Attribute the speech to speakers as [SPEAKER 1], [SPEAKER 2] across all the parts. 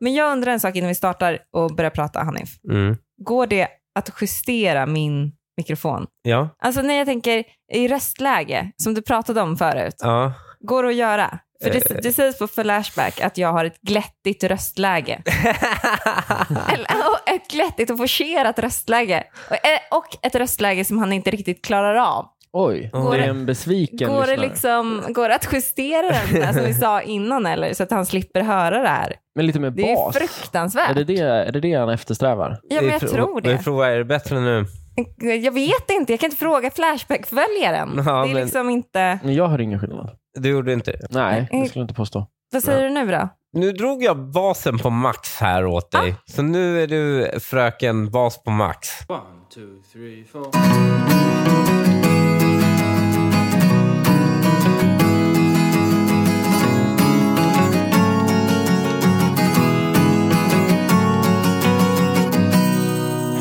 [SPEAKER 1] Men jag undrar en sak innan vi startar och börjar prata, Hanif.
[SPEAKER 2] Mm.
[SPEAKER 1] Går det att justera min mikrofon?
[SPEAKER 2] Ja.
[SPEAKER 1] Alltså när jag tänker i röstläge, som du pratade om förut,
[SPEAKER 2] ja.
[SPEAKER 1] går det att göra? För
[SPEAKER 3] Eh.
[SPEAKER 1] det, det sägs på Flashback att jag har ett glättigt röstläge. Eller, och ett glättigt och forcerat röstläge. Och- eh, Och ett röstläge som han inte riktigt klarar av.
[SPEAKER 3] Oj,
[SPEAKER 2] Går
[SPEAKER 3] det
[SPEAKER 1] det-
[SPEAKER 3] är en besviken
[SPEAKER 1] Går det,
[SPEAKER 3] lyssnare.
[SPEAKER 1] liksom, går det att justera den där, som vi sa innan eller? Så att han slipper höra det här.
[SPEAKER 3] Men lite mer
[SPEAKER 1] Det är
[SPEAKER 3] bas.
[SPEAKER 1] fruktansvärt.
[SPEAKER 3] Är det, det, är det det han eftersträvar?
[SPEAKER 1] Ja, men
[SPEAKER 2] Vi
[SPEAKER 1] jag
[SPEAKER 2] pro-
[SPEAKER 1] tror
[SPEAKER 2] Vi
[SPEAKER 1] det.
[SPEAKER 2] provar, är det bättre nu?
[SPEAKER 1] Jag vet inte, jag kan inte fråga Flashback-följaren.
[SPEAKER 2] Ja,
[SPEAKER 1] det är
[SPEAKER 2] men-
[SPEAKER 1] liksom inte...
[SPEAKER 3] Men jag hör ingen skillnad.
[SPEAKER 2] Du gjorde inte det.
[SPEAKER 3] Nej,
[SPEAKER 1] Mm.
[SPEAKER 3] det skulle jag inte påstå.
[SPEAKER 1] Vad säger du nu då?
[SPEAKER 2] Nu drog jag basen på max här åt dig.
[SPEAKER 1] Ah.
[SPEAKER 2] Så nu är du fröken bas på max.
[SPEAKER 4] One, two, three, four.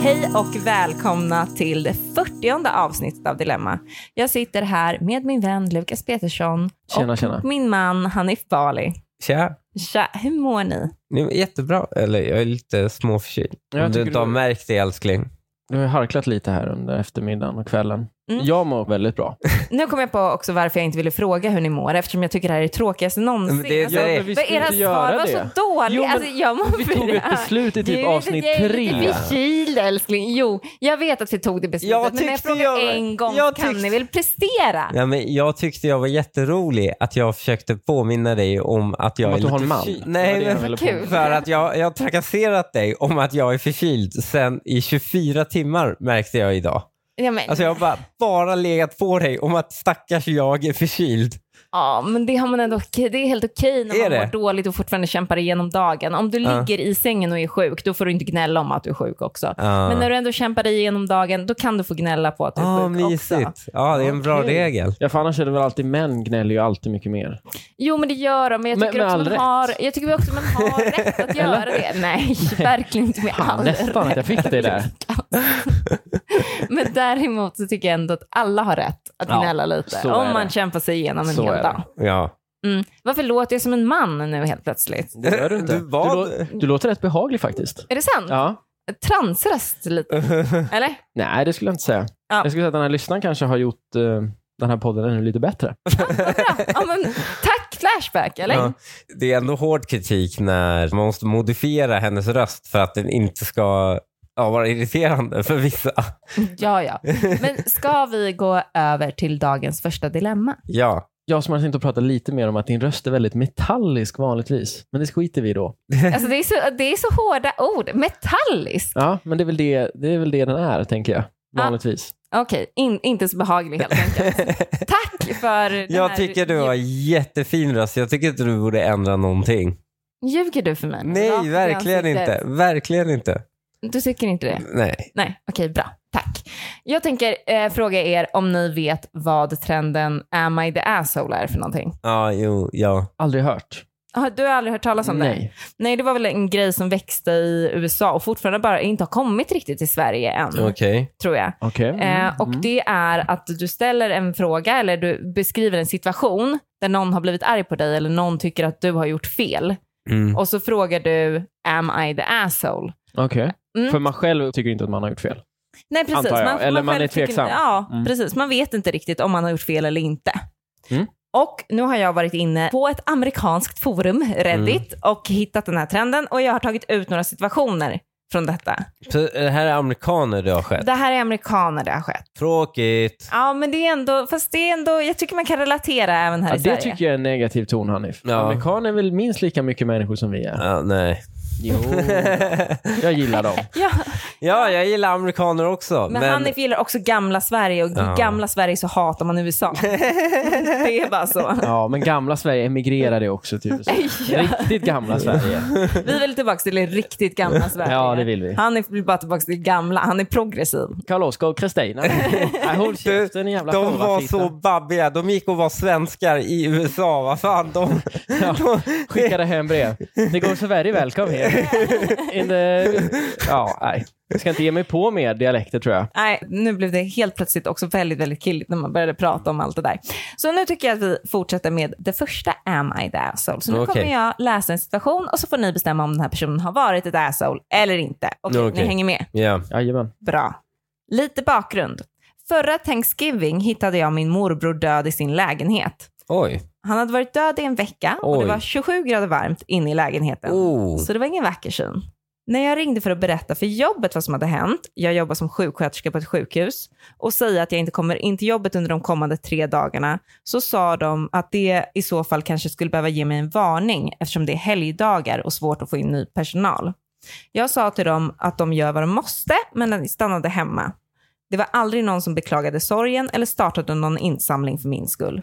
[SPEAKER 1] Hej och välkomna till det 40 avsnittet av Dilemma. Jag sitter här med min vän Lukas Petersson
[SPEAKER 3] Tjena,
[SPEAKER 1] och
[SPEAKER 3] tjena.
[SPEAKER 1] min man Hanif Bali.
[SPEAKER 2] Tja.
[SPEAKER 1] Tja, hur mår ni?
[SPEAKER 2] Nu är jättebra. Eller jag är lite småförkyld.
[SPEAKER 3] Ja, jag
[SPEAKER 2] Om du
[SPEAKER 3] tycker
[SPEAKER 2] inte
[SPEAKER 3] du-
[SPEAKER 2] har märkt det älskling.
[SPEAKER 1] Ah.
[SPEAKER 3] Du har ju harklat lite här under eftermiddagen och kvällen.
[SPEAKER 1] Mm.
[SPEAKER 3] Jag mår väldigt bra.
[SPEAKER 1] Nu kom jag på också varför jag inte ville fråga hur ni mår eftersom jag tycker det här är det tråkigaste någonsin.
[SPEAKER 2] Men det är-
[SPEAKER 1] Alltså,
[SPEAKER 2] Ja, men vi
[SPEAKER 1] för era svar var så dåliga.
[SPEAKER 3] Jo, men
[SPEAKER 1] alltså, jag mår
[SPEAKER 3] Vi tog ett
[SPEAKER 1] bra.
[SPEAKER 3] beslut i
[SPEAKER 1] Du är
[SPEAKER 3] typ
[SPEAKER 1] lite-
[SPEAKER 3] avsnitt
[SPEAKER 1] jag är
[SPEAKER 3] tre.
[SPEAKER 1] lite förkyld älskling. Jo, jag vet att vi tog det beslutet.
[SPEAKER 2] Jag
[SPEAKER 1] men när jag
[SPEAKER 2] tyckte
[SPEAKER 1] frågar
[SPEAKER 2] jag-
[SPEAKER 1] en gång
[SPEAKER 2] jag
[SPEAKER 1] kan
[SPEAKER 2] tyckte-
[SPEAKER 1] ni väl prestera?
[SPEAKER 2] Ja, men jag tyckte jag var jätterolig att jag försökte påminna dig om att jag
[SPEAKER 3] Om
[SPEAKER 2] är
[SPEAKER 3] att du
[SPEAKER 2] lite
[SPEAKER 3] har en man.
[SPEAKER 2] förkyld.
[SPEAKER 3] Det var
[SPEAKER 2] Nej,
[SPEAKER 3] det jag
[SPEAKER 2] men
[SPEAKER 3] ville
[SPEAKER 1] Kul.
[SPEAKER 2] För att jag, jag har trakasserat dig om att jag är förkyld sen i 24 timmar märkte jag idag.
[SPEAKER 1] Ja, men,
[SPEAKER 2] Alltså jag har bara, bara legat på dig om att stackars jag är förkyld.
[SPEAKER 1] ja, men det, har man ändå, okej- det är helt okej när
[SPEAKER 2] Är
[SPEAKER 1] man
[SPEAKER 2] det?
[SPEAKER 1] mår dåligt och fortfarande kämpar igenom dagen. Om du
[SPEAKER 2] Ja.
[SPEAKER 1] ligger i sängen och är sjuk, då får du inte gnälla om att du är sjuk också. Men när du ändå kämpar dig igenom dagen, då kan du få gnälla på att du är
[SPEAKER 2] ah,
[SPEAKER 1] sjuk också.
[SPEAKER 2] mysigt. Ja, det är en bra
[SPEAKER 3] Okej.
[SPEAKER 2] regel.
[SPEAKER 3] Ja, för annars är det väl alltid män gnäller ju alltid mycket mer.
[SPEAKER 1] Jo, men det gör de. Men jag
[SPEAKER 3] Med-
[SPEAKER 1] tycker,
[SPEAKER 3] med
[SPEAKER 1] också,
[SPEAKER 3] all
[SPEAKER 1] man
[SPEAKER 3] rätt.
[SPEAKER 1] har, jag tycker också man har rätt att göra det. Nej, verkligen inte med all
[SPEAKER 3] Nästan att jag fick det där.
[SPEAKER 1] Men däremot så tycker jag ändå att alla har rätt att
[SPEAKER 2] Ja,
[SPEAKER 1] gnälla lite.
[SPEAKER 3] så är
[SPEAKER 1] Om
[SPEAKER 3] det.
[SPEAKER 1] man kämpar sig igenom en
[SPEAKER 3] Så
[SPEAKER 1] hel
[SPEAKER 3] är det.
[SPEAKER 1] dag.
[SPEAKER 2] Ja.
[SPEAKER 1] Mm. Varför låter jag som en man nu helt plötsligt?
[SPEAKER 2] Det
[SPEAKER 3] gör du inte.
[SPEAKER 2] Du var...
[SPEAKER 3] Du, lå- du låter rätt behaglig faktiskt.
[SPEAKER 1] Är det sant?
[SPEAKER 3] Ja.
[SPEAKER 1] Transröst lite, eller?
[SPEAKER 3] Nej, det skulle jag inte säga.
[SPEAKER 1] Ja.
[SPEAKER 3] Jag skulle säga att den här lyssnaren kanske har gjort eh, den här podden ännu lite bättre.
[SPEAKER 1] Bra. Ja, men, tack Flashback, eller?
[SPEAKER 2] Ja. Det är ändå hård kritik när man måste modifiera hennes röst för att den inte ska ja, vara irriterande för vissa.
[SPEAKER 1] Ja, ja. Men ska vi gå över till dagens första dilemma?
[SPEAKER 2] Ja.
[SPEAKER 3] Jag som hade tänkt att prata lite mer om att din röst är väldigt metallisk vanligtvis. Men det skiter vi i då.
[SPEAKER 1] Alltså, det, är så, det är så hårda ord. Metallisk.
[SPEAKER 3] Ja, men det är väl det, det, är väl det den är, tänker jag. Vanligtvis.
[SPEAKER 1] Okej, in, inte så behaglig helt enkelt. Tack för den
[SPEAKER 2] Jag
[SPEAKER 1] här-
[SPEAKER 2] tycker du har jättefin röst. Jag tycker inte du borde ändra någonting.
[SPEAKER 1] Ljuger du för mig? Rakt
[SPEAKER 2] Nej,
[SPEAKER 1] i
[SPEAKER 2] verkligen
[SPEAKER 1] ansiktet.
[SPEAKER 2] inte. Verkligen inte.
[SPEAKER 1] Du tycker inte det?
[SPEAKER 2] Nej.
[SPEAKER 1] Nej, okej, bra. Tack. Jag tänker eh, fråga er om ni vet vad trenden Am I the asshole är för någonting.
[SPEAKER 2] Ja, jo, ja.
[SPEAKER 3] Aldrig hört.
[SPEAKER 1] Ah, Du har aldrig hört talas om det?
[SPEAKER 3] Nej.
[SPEAKER 1] Nej, det var väl en grej som växte i USA och fortfarande bara inte har kommit riktigt till Sverige än,
[SPEAKER 2] Okej.
[SPEAKER 1] tror jag.
[SPEAKER 3] Okej. Mm.
[SPEAKER 1] Eh, och det är att du ställer en fråga eller du beskriver en situation där någon har blivit arg på dig eller någon tycker att du har gjort fel.
[SPEAKER 2] Mm.
[SPEAKER 1] Och så frågar du am I the asshole?
[SPEAKER 3] Okej.
[SPEAKER 1] Mm.
[SPEAKER 3] För man själv tycker inte att man har gjort fel.
[SPEAKER 1] Nej precis.
[SPEAKER 3] Antar jag. Eller man
[SPEAKER 1] själv
[SPEAKER 3] är
[SPEAKER 1] tycker-
[SPEAKER 3] tveksam.
[SPEAKER 1] Ja,
[SPEAKER 3] Mm.
[SPEAKER 1] precis. Man vet inte riktigt om man har gjort fel eller inte.
[SPEAKER 3] Mm.
[SPEAKER 1] Och nu har jag varit inne på ett amerikanskt forum, Reddit,
[SPEAKER 3] Mm.
[SPEAKER 1] och hittat den här trenden och jag har tagit ut några situationer från detta.
[SPEAKER 2] Så det här är amerikaner det har skett.
[SPEAKER 1] Det här är amerikaner det har skett.
[SPEAKER 2] Tråkigt.
[SPEAKER 1] Ja, men det är ändå, fast det är ändå, jag tycker man kan relatera även här
[SPEAKER 3] Ja,
[SPEAKER 1] i
[SPEAKER 3] det
[SPEAKER 1] Sverige.
[SPEAKER 3] tycker jag är en negativ ton, Hanif.
[SPEAKER 2] Ja.
[SPEAKER 3] Amerikaner är väl minst lika mycket människor som vi är.
[SPEAKER 2] Ja, nej.
[SPEAKER 3] Jo. Jag gillar dem.
[SPEAKER 1] Ja,
[SPEAKER 2] Ja, jag gillar amerikaner också.
[SPEAKER 1] Men,
[SPEAKER 2] men...
[SPEAKER 1] Hanif gillar också gamla Sverige och
[SPEAKER 2] Ja.
[SPEAKER 1] i gamla Sverige så hatar man USA. det är bara så.
[SPEAKER 3] Ja, men gamla Sverige emigrerade också till USA. Riktigt gamla Sverige.
[SPEAKER 1] Vi vill tillbaka till det riktigt gamla Sverige.
[SPEAKER 3] Ja, det vill vi.
[SPEAKER 1] Hanif vill bara tillbaka till det gamla. Han är progressiv.
[SPEAKER 3] Karl-Oskar och Kristina. Nej, håll käften, jävla
[SPEAKER 2] De var
[SPEAKER 3] fårafitta.
[SPEAKER 2] så babbiga. De gick och var svenskar i USA. Vad fan, de...
[SPEAKER 3] Ja, skickade hem brev. Det går så väldigt välkommen hem. In the... Ja, nej. Jag ska inte ge mig på mer dialekter tror jag.
[SPEAKER 1] Nej, nu blev det helt plötsligt också väldigt, väldigt killigt när man började prata om allt det där. Så nu tycker jag att vi fortsätter med det första Am I the asshole? Så nu
[SPEAKER 2] Okej.
[SPEAKER 1] kommer jag läsa en situation och så får ni bestämma om den här personen har varit ett asshole eller inte. Okej,
[SPEAKER 2] Okej.
[SPEAKER 1] ni hänger med?
[SPEAKER 2] Ja.
[SPEAKER 3] Jajamän.
[SPEAKER 1] Bra. Lite bakgrund. Förra Thanksgiving hittade jag min morbror död i sin lägenhet.
[SPEAKER 2] Oj.
[SPEAKER 1] Han hade varit död i en vecka och
[SPEAKER 2] Oj.
[SPEAKER 1] det var 27 grader varmt inne i lägenheten.
[SPEAKER 2] Oh.
[SPEAKER 1] Så det var ingen vacker syn. När jag ringde för att berätta för jobbet vad som hade hänt, jag jobbar som sjuksköterska på ett sjukhus, och säga att jag inte kommer in till jobbet under de kommande tre dagarna, så sa de att det i så fall kanske skulle behöva ge mig en varning eftersom det är helgdagar och svårt att få in ny personal. Jag sa till dem att de gör vad de måste, men att de stannade hemma. Det var aldrig någon som beklagade sorgen eller startade någon insamling för min skull.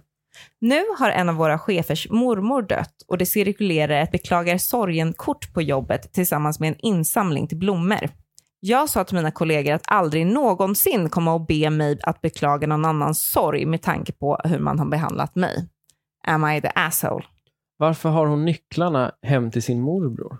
[SPEAKER 1] Nu har en av våra chefers mormor dött och det cirkulerar ett beklagar sorgen-kort på jobbet tillsammans med en insamling till blommor. Jag sa till mina kollegor att aldrig någonsin komma och be mig att beklaga någon annans sorg med tanke på hur man har behandlat mig. Am I the asshole?
[SPEAKER 3] Varför har hon nycklarna hem till sin morbror?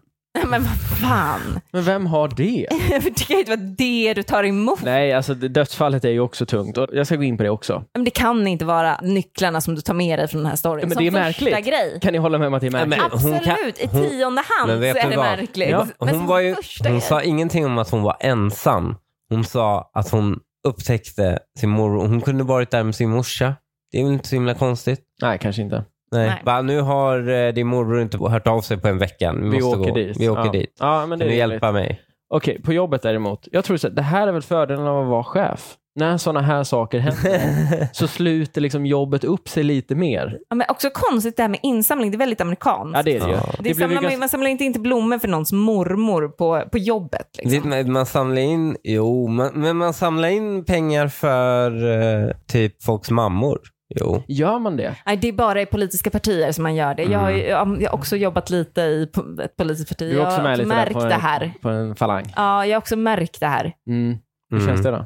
[SPEAKER 1] Men vad fan?
[SPEAKER 3] Men vem har det?
[SPEAKER 1] Det kan ju inte vara det du tar emot.
[SPEAKER 3] Nej, alltså det- dödsfallet är ju också tungt. Och jag ska gå in på det också.
[SPEAKER 1] Men det kan inte vara nycklarna som du tar med dig från den här storyn.
[SPEAKER 3] Men det
[SPEAKER 1] som
[SPEAKER 3] är
[SPEAKER 1] första
[SPEAKER 3] märkligt.
[SPEAKER 1] grej.
[SPEAKER 3] Kan ni hålla med om att det är
[SPEAKER 2] Nej,
[SPEAKER 3] märkligt?
[SPEAKER 2] men- hon
[SPEAKER 1] Absolut,
[SPEAKER 2] kan-
[SPEAKER 1] i
[SPEAKER 2] hon-
[SPEAKER 1] tionde hand
[SPEAKER 2] Men vet
[SPEAKER 1] så är
[SPEAKER 2] du
[SPEAKER 1] det
[SPEAKER 2] vad?
[SPEAKER 1] märkligt.
[SPEAKER 3] Ja,
[SPEAKER 1] Men
[SPEAKER 2] Hon,
[SPEAKER 1] som
[SPEAKER 2] var ju,
[SPEAKER 1] första
[SPEAKER 2] hon
[SPEAKER 1] grej.
[SPEAKER 2] sa ingenting om att hon var ensam. Hon sa att hon upptäckte sin morbror. Hon kunde varit där med sin morsa. Det är väl inte så himla konstigt.
[SPEAKER 3] Nej, kanske inte.
[SPEAKER 2] Nej.
[SPEAKER 1] Nej.
[SPEAKER 2] Bara, nu har eh, din morbror inte hört av sig på en vecka. Vi,
[SPEAKER 3] Vi
[SPEAKER 2] måste
[SPEAKER 3] åker
[SPEAKER 2] gå.
[SPEAKER 3] dit.
[SPEAKER 2] Vi åker
[SPEAKER 3] ja.
[SPEAKER 2] dit.
[SPEAKER 3] Ja, men det
[SPEAKER 2] Kan du
[SPEAKER 3] är rimligt.
[SPEAKER 2] hjälpa mig?
[SPEAKER 3] Okej, på jobbet däremot. Jag tror så här, det här är väl fördelen av att vara chef. När sådana här saker händer så sluter liksom jobbet upp sig lite mer.
[SPEAKER 1] Ja, men också konstigt det här med insamling, det är väldigt amerikanskt.
[SPEAKER 3] Ja, det är det ju.
[SPEAKER 2] Ja.
[SPEAKER 1] Det
[SPEAKER 3] blev ju
[SPEAKER 1] samlar man, ju- man samlar inte, inte blommor för någons mormor på, på jobbet. Liksom.
[SPEAKER 2] Det- men Man samlar in, jo, man, men man samlar in pengar för eh, typ folks mammor. Jo.
[SPEAKER 3] Gör man det?
[SPEAKER 1] Nej, det är bara i politiska partier som man gör det. Jag har, ju, jag har också jobbat lite i po- ett politiskt parti.
[SPEAKER 3] Mm. Du är
[SPEAKER 1] Jag
[SPEAKER 3] också
[SPEAKER 1] har
[SPEAKER 3] med lite där
[SPEAKER 1] märkt
[SPEAKER 3] på en,
[SPEAKER 1] det här.
[SPEAKER 3] på en falang.
[SPEAKER 1] Ja, jag har också märkt det här.
[SPEAKER 3] Mm. Hur
[SPEAKER 2] Mm.
[SPEAKER 3] känns det då?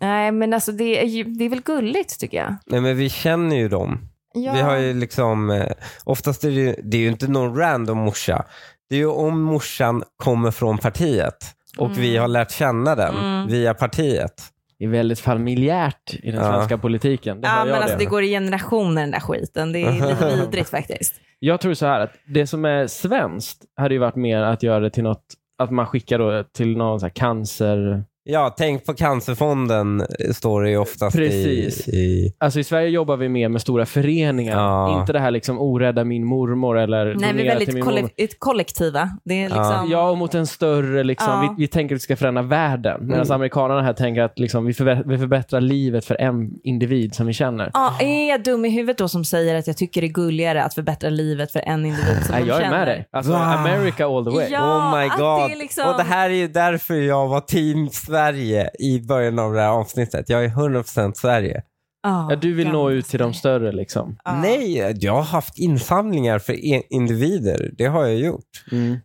[SPEAKER 1] Nej, men alltså det är, ju, det är väl gulligt tycker jag.
[SPEAKER 2] Nej, men vi känner ju dem.
[SPEAKER 1] Ja.
[SPEAKER 2] Vi har ju liksom, eh, oftast är det ju, det är ju inte någon random morsa. Det är ju om morsan kommer från partiet och vi har lärt känna den
[SPEAKER 1] Mm.
[SPEAKER 2] via partiet.
[SPEAKER 3] Det är väldigt familjärt i den
[SPEAKER 2] Ja.
[SPEAKER 3] svenska politiken. Det
[SPEAKER 1] ja,
[SPEAKER 3] hör
[SPEAKER 1] men
[SPEAKER 3] jag
[SPEAKER 1] alltså,
[SPEAKER 3] det.
[SPEAKER 1] det går i generationer den där skiten. Det är lite vidrigt faktiskt.
[SPEAKER 3] Jag tror så här att det som är svenskt hade ju varit mer att göra det till något, att man skickar då till någon så här cancer...
[SPEAKER 2] Ja, tänk på Cancerfonden eh, står det ju oftast
[SPEAKER 3] Precis.
[SPEAKER 2] i... i
[SPEAKER 3] Alltså i Sverige jobbar vi mer med stora föreningar.
[SPEAKER 2] Ja.
[SPEAKER 3] Inte det här liksom orädda min mormor eller
[SPEAKER 1] Nej, vi
[SPEAKER 3] donera
[SPEAKER 1] är
[SPEAKER 3] till min
[SPEAKER 1] väldigt
[SPEAKER 3] mormor.
[SPEAKER 1] kolle- ett kollektiva. Det är liksom...
[SPEAKER 3] Ja, och mot en större, liksom,
[SPEAKER 1] Ja.
[SPEAKER 3] vi, vi tänker att vi ska förändra världen. Medan
[SPEAKER 2] Mm.
[SPEAKER 3] amerikanerna här tänker att liksom, vi, förbe- vi förbättrar livet för en individ som vi känner.
[SPEAKER 1] Ja, är jag dum i huvudet då som säger att jag tycker det är gulligare att förbättra livet för en individ som
[SPEAKER 3] Nej,
[SPEAKER 1] de
[SPEAKER 3] jag är
[SPEAKER 1] känner?
[SPEAKER 3] med dig. Alltså,
[SPEAKER 2] Wow.
[SPEAKER 3] America all the way.
[SPEAKER 1] Ja,
[SPEAKER 2] oh my
[SPEAKER 1] att
[SPEAKER 2] god.
[SPEAKER 1] det är liksom-
[SPEAKER 2] Och det här är ju därför jag var team Sverige i början av det här avsnittet. Jag är 100% Sverige.
[SPEAKER 1] Ja,
[SPEAKER 3] Ja, du vill nå
[SPEAKER 1] gamla
[SPEAKER 3] ut till de
[SPEAKER 1] Sverige.
[SPEAKER 3] större. Liksom.
[SPEAKER 1] Ja.
[SPEAKER 2] Nej, jag har haft insamlingar för en- individer. Det har jag gjort.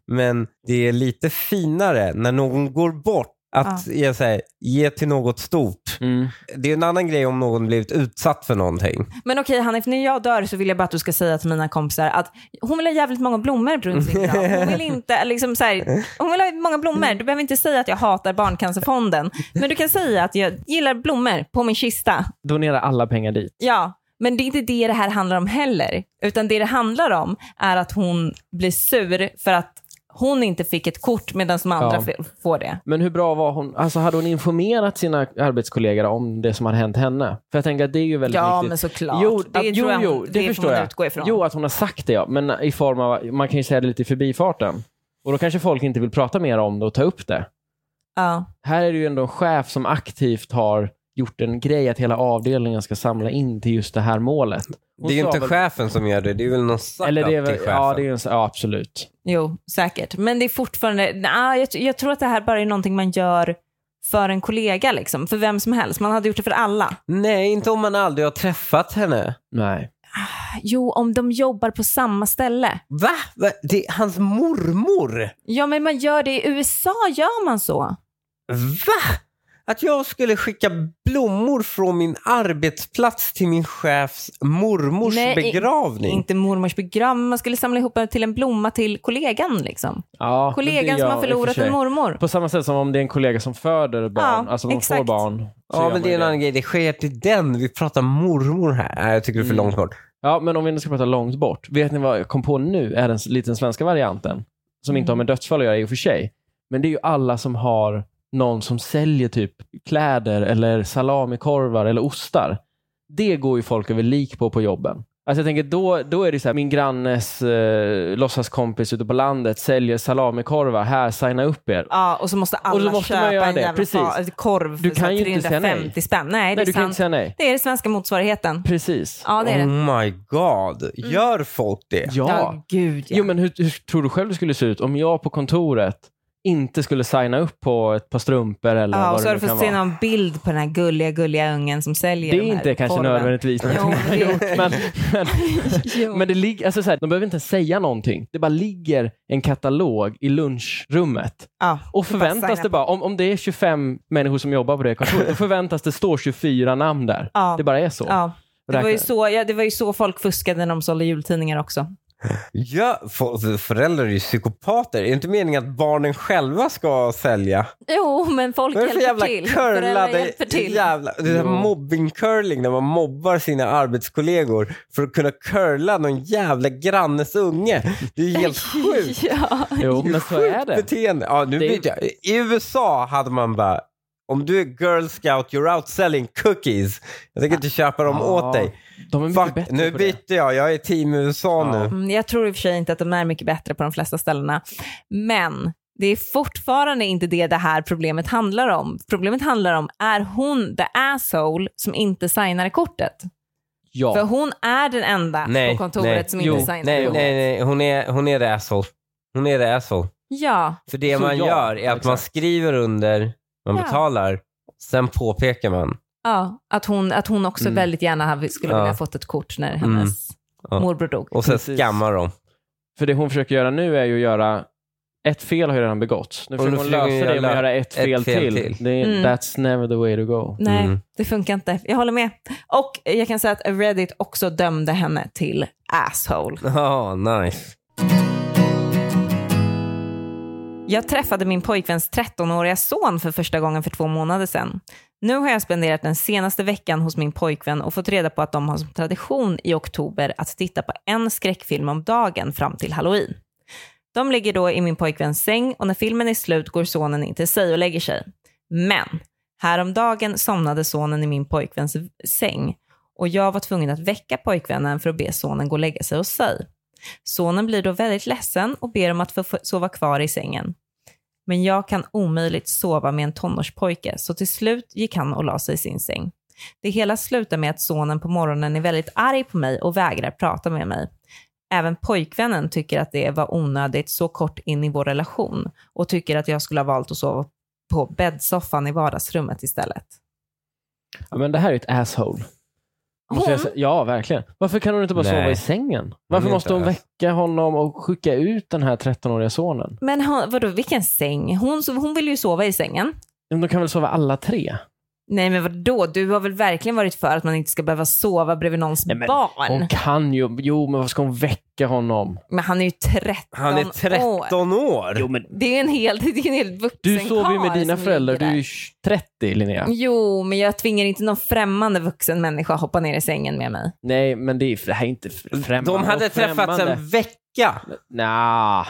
[SPEAKER 2] Men det är lite finare när någon går bort att ge, sig, ge till något stort.
[SPEAKER 3] Mm.
[SPEAKER 2] Det är en annan grej om någon blivit utsatt för någonting.
[SPEAKER 1] Men okej Hanif, när jag dör så vill jag bara att du ska säga till mina kompisar att hon vill ha jävligt många blommor runt sin grav. Hon vill inte, liksom så här, hon vill ha många blommor. Du behöver inte säga att jag hatar Barncancerfonden. Men du kan säga att jag gillar blommor på min kista.
[SPEAKER 3] Donera alla pengar dit.
[SPEAKER 1] Ja, men det är inte det det här handlar om heller. Utan det det handlar om är att hon blir sur för att hon inte fick ett kort medan de andra
[SPEAKER 3] Ja.
[SPEAKER 1] f- får det.
[SPEAKER 3] Men hur bra var hon? Alltså, hade hon informerat sina arbetskollegor om det som hade hänt henne? För jag tänker att det är ju väldigt
[SPEAKER 1] Ja,
[SPEAKER 3] viktigt.
[SPEAKER 1] men såklart.
[SPEAKER 3] Jo,
[SPEAKER 1] det,
[SPEAKER 3] att, jo,
[SPEAKER 1] tror jag hon-
[SPEAKER 3] jo, det,
[SPEAKER 1] får
[SPEAKER 3] förstår
[SPEAKER 1] man
[SPEAKER 3] jag.
[SPEAKER 1] Utgå ifrån.
[SPEAKER 3] Jo, att hon har sagt det, ja. Men i form av, man kan ju säga det lite i förbifarten. Och då kanske folk inte vill prata mer om det och ta upp det.
[SPEAKER 1] Ja.
[SPEAKER 3] Här är det ju ändå en chef som aktivt har gjort en grej att hela avdelningen ska samla in till just det här målet. Hon
[SPEAKER 2] det är ju
[SPEAKER 3] sa
[SPEAKER 2] inte
[SPEAKER 3] väl-
[SPEAKER 2] chefen som gör det. Det är väl någon sagt
[SPEAKER 3] Eller det är
[SPEAKER 2] till
[SPEAKER 3] väl,
[SPEAKER 2] chefen.
[SPEAKER 3] ja, det är en, ja, absolut.
[SPEAKER 1] jo, säkert. Men det är fortfarande, nej, jag, jag tror att det här bara är någonting man gör för en kollega, liksom. för vem som helst. Man hade gjort det för alla.
[SPEAKER 2] Nej, inte om man aldrig har träffat henne.
[SPEAKER 3] Nej.
[SPEAKER 1] Jo, om de jobbar på samma ställe.
[SPEAKER 2] Va? Va? Det är hans mormor?
[SPEAKER 1] Ja, men man gör det i USA, gör man så?
[SPEAKER 2] Va? att jag skulle skicka blommor från min arbetsplats till min chefs mormors
[SPEAKER 1] Nej, i-
[SPEAKER 2] begravning.
[SPEAKER 1] Inte mormors begravning, man skulle samla ihop till en blomma till kollegan. Liksom.
[SPEAKER 3] Ja, men det
[SPEAKER 1] Kollegan
[SPEAKER 3] gör
[SPEAKER 1] som
[SPEAKER 3] i
[SPEAKER 1] har
[SPEAKER 3] och för
[SPEAKER 1] förlorat
[SPEAKER 3] sig.
[SPEAKER 1] en mormor.
[SPEAKER 3] På samma sätt som om det är en kollega som föder barn,
[SPEAKER 1] Ja,
[SPEAKER 3] alltså de får
[SPEAKER 1] exakt.
[SPEAKER 3] barn. så
[SPEAKER 2] ja,
[SPEAKER 3] gör
[SPEAKER 2] men
[SPEAKER 3] man
[SPEAKER 2] det är en
[SPEAKER 3] ju
[SPEAKER 2] annan grej. Det sker till den. Vi pratar mormor här. Nej, jag tycker det är för
[SPEAKER 3] Mm.
[SPEAKER 2] långt bort.
[SPEAKER 3] Ja, men om vi nu ska prata långt bort. Vet ni vad jag kom på nu är den s- liten svenska varianten? Som inte har
[SPEAKER 1] Mm.
[SPEAKER 3] med dödsfall att göra i och för sig. Men det är ju alla som har någon som säljer typ kläder eller salamikorvar eller ostar. Det går ju folk över lik på på jobben. Alltså jag tänker då, då är det så här, min grannes eh, låtsaskompis ute på landet säljer salamikorvar. Här, signa upp er.
[SPEAKER 1] Ja, och så måste alla
[SPEAKER 3] Och så måste man
[SPEAKER 1] köpa
[SPEAKER 3] göra
[SPEAKER 1] en
[SPEAKER 3] det,
[SPEAKER 1] jävla
[SPEAKER 3] precis.
[SPEAKER 1] fa- korv
[SPEAKER 3] Du
[SPEAKER 1] för
[SPEAKER 3] kan
[SPEAKER 1] så
[SPEAKER 3] ju
[SPEAKER 1] här
[SPEAKER 3] inte säga nej.
[SPEAKER 1] 350 spänn. Nej, det
[SPEAKER 3] Nej,
[SPEAKER 1] är
[SPEAKER 3] du kan inte
[SPEAKER 1] sant.
[SPEAKER 3] säga nej.
[SPEAKER 1] Det är den svenska motsvarigheten.
[SPEAKER 3] Precis.
[SPEAKER 1] Ja, det Mm. är det.
[SPEAKER 2] Oh my god. Gör folk det?
[SPEAKER 3] Ja.
[SPEAKER 1] gud ja.
[SPEAKER 3] Jo, men hur, hur tror du själv det skulle se ut om jag på kontoret inte skulle signa upp på ett par strumpor eller
[SPEAKER 1] ja, och
[SPEAKER 3] vad
[SPEAKER 1] så
[SPEAKER 3] det
[SPEAKER 1] har
[SPEAKER 3] nu
[SPEAKER 1] du
[SPEAKER 3] kan
[SPEAKER 1] fått se
[SPEAKER 3] vara?
[SPEAKER 1] någon bild på den här gulliga, gulliga ungen som säljer
[SPEAKER 3] Det är
[SPEAKER 1] den här
[SPEAKER 3] inte kanske
[SPEAKER 1] korven.
[SPEAKER 3] nödvändigtvis någonting man har
[SPEAKER 1] Jo, det-
[SPEAKER 3] gjort, men,
[SPEAKER 1] Jo.
[SPEAKER 3] men, men det ligger, alltså så här, de behöver inte ens säga någonting. Det bara ligger en katalog i lunchrummet
[SPEAKER 1] Ja,
[SPEAKER 3] och
[SPEAKER 1] bara
[SPEAKER 3] förväntas
[SPEAKER 1] signa
[SPEAKER 3] det bara, om, om det är 25 människor som jobbar på det kontoret, då förväntas det stå 24 namn där.
[SPEAKER 1] Ja.
[SPEAKER 3] Det bara är så.
[SPEAKER 1] ja. Det var, ju
[SPEAKER 3] Räknar.
[SPEAKER 1] så, ja, det var ju så folk fuskade när de sålde jultidningar också.
[SPEAKER 2] Ja, för, föräldrar är ju psykopater. Är det inte meningen att barnen själva ska sälja?
[SPEAKER 1] Jo, men folk
[SPEAKER 2] Vad är det för
[SPEAKER 1] hjälper
[SPEAKER 2] jävla
[SPEAKER 1] till. Föräldrar
[SPEAKER 2] curlade...
[SPEAKER 1] hjälper till.
[SPEAKER 2] Jävla, det är
[SPEAKER 3] Jo.
[SPEAKER 2] mobbing-curling när man mobbar sina arbetskollegor för att kunna curla någon jävla grannes unge. Det är ju helt sjukt.
[SPEAKER 1] Ja.
[SPEAKER 3] Jo,
[SPEAKER 2] Det är
[SPEAKER 3] men så är
[SPEAKER 2] sjukt
[SPEAKER 3] det.
[SPEAKER 2] Beteende. Ja, nu
[SPEAKER 3] Det är-
[SPEAKER 2] vet jag. I USA hade man bara om du är girl scout, you're out selling cookies. Jag tänker inte köpa dem
[SPEAKER 3] Ja,
[SPEAKER 2] åt dig.
[SPEAKER 3] De är mycket
[SPEAKER 2] Fuck,
[SPEAKER 3] bättre
[SPEAKER 2] nu
[SPEAKER 3] på det.
[SPEAKER 2] bytte jag. Jag är team USA
[SPEAKER 3] Ja.
[SPEAKER 2] nu.
[SPEAKER 1] Mm, Jag tror i och för sig inte att de är mycket bättre på de flesta ställena. Men det är fortfarande inte det det här problemet handlar om. Problemet handlar om, är hon the asshole som inte signar kortet?
[SPEAKER 3] Ja.
[SPEAKER 1] För hon är den enda
[SPEAKER 2] Nej,
[SPEAKER 1] på kontoret
[SPEAKER 2] nej.
[SPEAKER 1] som
[SPEAKER 3] Jo,
[SPEAKER 1] inte signar
[SPEAKER 2] Nej,
[SPEAKER 1] kortet.
[SPEAKER 2] nej, nej. Hon är, hon är the asshole. Hon är the asshole.
[SPEAKER 1] Ja,
[SPEAKER 2] För det
[SPEAKER 3] Så
[SPEAKER 2] man
[SPEAKER 3] ja,
[SPEAKER 2] gör är att man
[SPEAKER 3] exakt.
[SPEAKER 2] skriver under, man
[SPEAKER 1] Ja.
[SPEAKER 2] betalar, sen påpekar man.
[SPEAKER 1] ja att, hon, att hon också
[SPEAKER 3] Mm.
[SPEAKER 1] väldigt gärna hade- skulle
[SPEAKER 2] Ja. Mm.
[SPEAKER 1] vilja ha fått ett kort när hennes
[SPEAKER 2] Ja.
[SPEAKER 1] morbror dog.
[SPEAKER 2] Och sen
[SPEAKER 3] Precis.
[SPEAKER 2] skammar de.
[SPEAKER 3] För det hon försöker göra nu är ju att göra ett fel har ju redan begåtts. Nu
[SPEAKER 2] Och nu
[SPEAKER 3] försöker hon
[SPEAKER 2] försöker
[SPEAKER 3] lösa
[SPEAKER 2] hon
[SPEAKER 3] det med att
[SPEAKER 2] göra
[SPEAKER 3] göra ett fel,
[SPEAKER 2] fel
[SPEAKER 3] till.
[SPEAKER 2] till.
[SPEAKER 3] Det är,
[SPEAKER 1] Mm.
[SPEAKER 3] That's never the way to go.
[SPEAKER 1] Nej,
[SPEAKER 2] Mm.
[SPEAKER 1] det funkar inte. Jag håller med. Och jag kan säga att Reddit också dömde henne till asshole.
[SPEAKER 2] Ja, nice.
[SPEAKER 1] Jag träffade min pojkväns 13-åriga son för första gången för två månader sedan. Nu har jag spenderat den senaste veckan hos min pojkvän och fått reda på att de har som tradition i oktober att titta på en skräckfilm om dagen fram till halloween. De ligger då i min pojkväns säng och när filmen är slut går sonen in till sig och lägger sig. Men häromdagen somnade sonen i min pojkväns säng och jag var tvungen att väcka pojkvännen för att be sonen gå och lägga sig hos sig. Sonen blir då väldigt ledsen och ber om att få få sova kvar i sängen. Men jag kan omöjligt sova med en tonårspojke, så till slut gick han och la sig i sin säng. Det hela slutar med att sonen på morgonen är väldigt arg på mig och vägrar prata med mig. Även pojkvännen tycker att det var onödigt så kort in i vår relation och tycker att jag skulle ha valt att sova på bäddsoffan i vardagsrummet istället.
[SPEAKER 3] Ja, men det här är ju ett asshole. Måste jag
[SPEAKER 1] Hon?
[SPEAKER 3] säga. Ja, verkligen. Varför kan hon inte bara
[SPEAKER 2] Nej.
[SPEAKER 3] sova i sängen? Varför
[SPEAKER 2] är inte
[SPEAKER 3] måste hon
[SPEAKER 2] ass.
[SPEAKER 3] väcka honom och skicka ut den här 13-åriga sonen?
[SPEAKER 1] Men hon, vadå, vilken säng? Hon, hon vill ju sova i sängen.
[SPEAKER 3] Men de kan väl sova alla tre?
[SPEAKER 1] Nej men vadå, du har väl verkligen varit för att man inte ska behöva sova bredvid någons
[SPEAKER 3] Nej, men
[SPEAKER 1] barn?
[SPEAKER 3] Hon kan ju. Jo, men varför ska hon väcka honom?
[SPEAKER 1] Men han är ju 13
[SPEAKER 2] Han är
[SPEAKER 1] år.
[SPEAKER 2] 13 år.
[SPEAKER 3] men...
[SPEAKER 1] Det är ju en hel, det är en hel vuxen
[SPEAKER 3] Du sover ju med
[SPEAKER 1] karl
[SPEAKER 3] dina
[SPEAKER 1] som
[SPEAKER 3] föräldrar. Du
[SPEAKER 1] ligger
[SPEAKER 3] är
[SPEAKER 1] där.
[SPEAKER 3] ju 30, Linnea.
[SPEAKER 1] Jo, men jag tvingar inte någon främmande vuxen människa att hoppa ner i sängen med mig.
[SPEAKER 3] Nej, men det, är, det här är inte främmande.
[SPEAKER 2] De hade
[SPEAKER 3] Och
[SPEAKER 2] träffats
[SPEAKER 3] främmande.
[SPEAKER 2] en vecka.
[SPEAKER 3] Nja,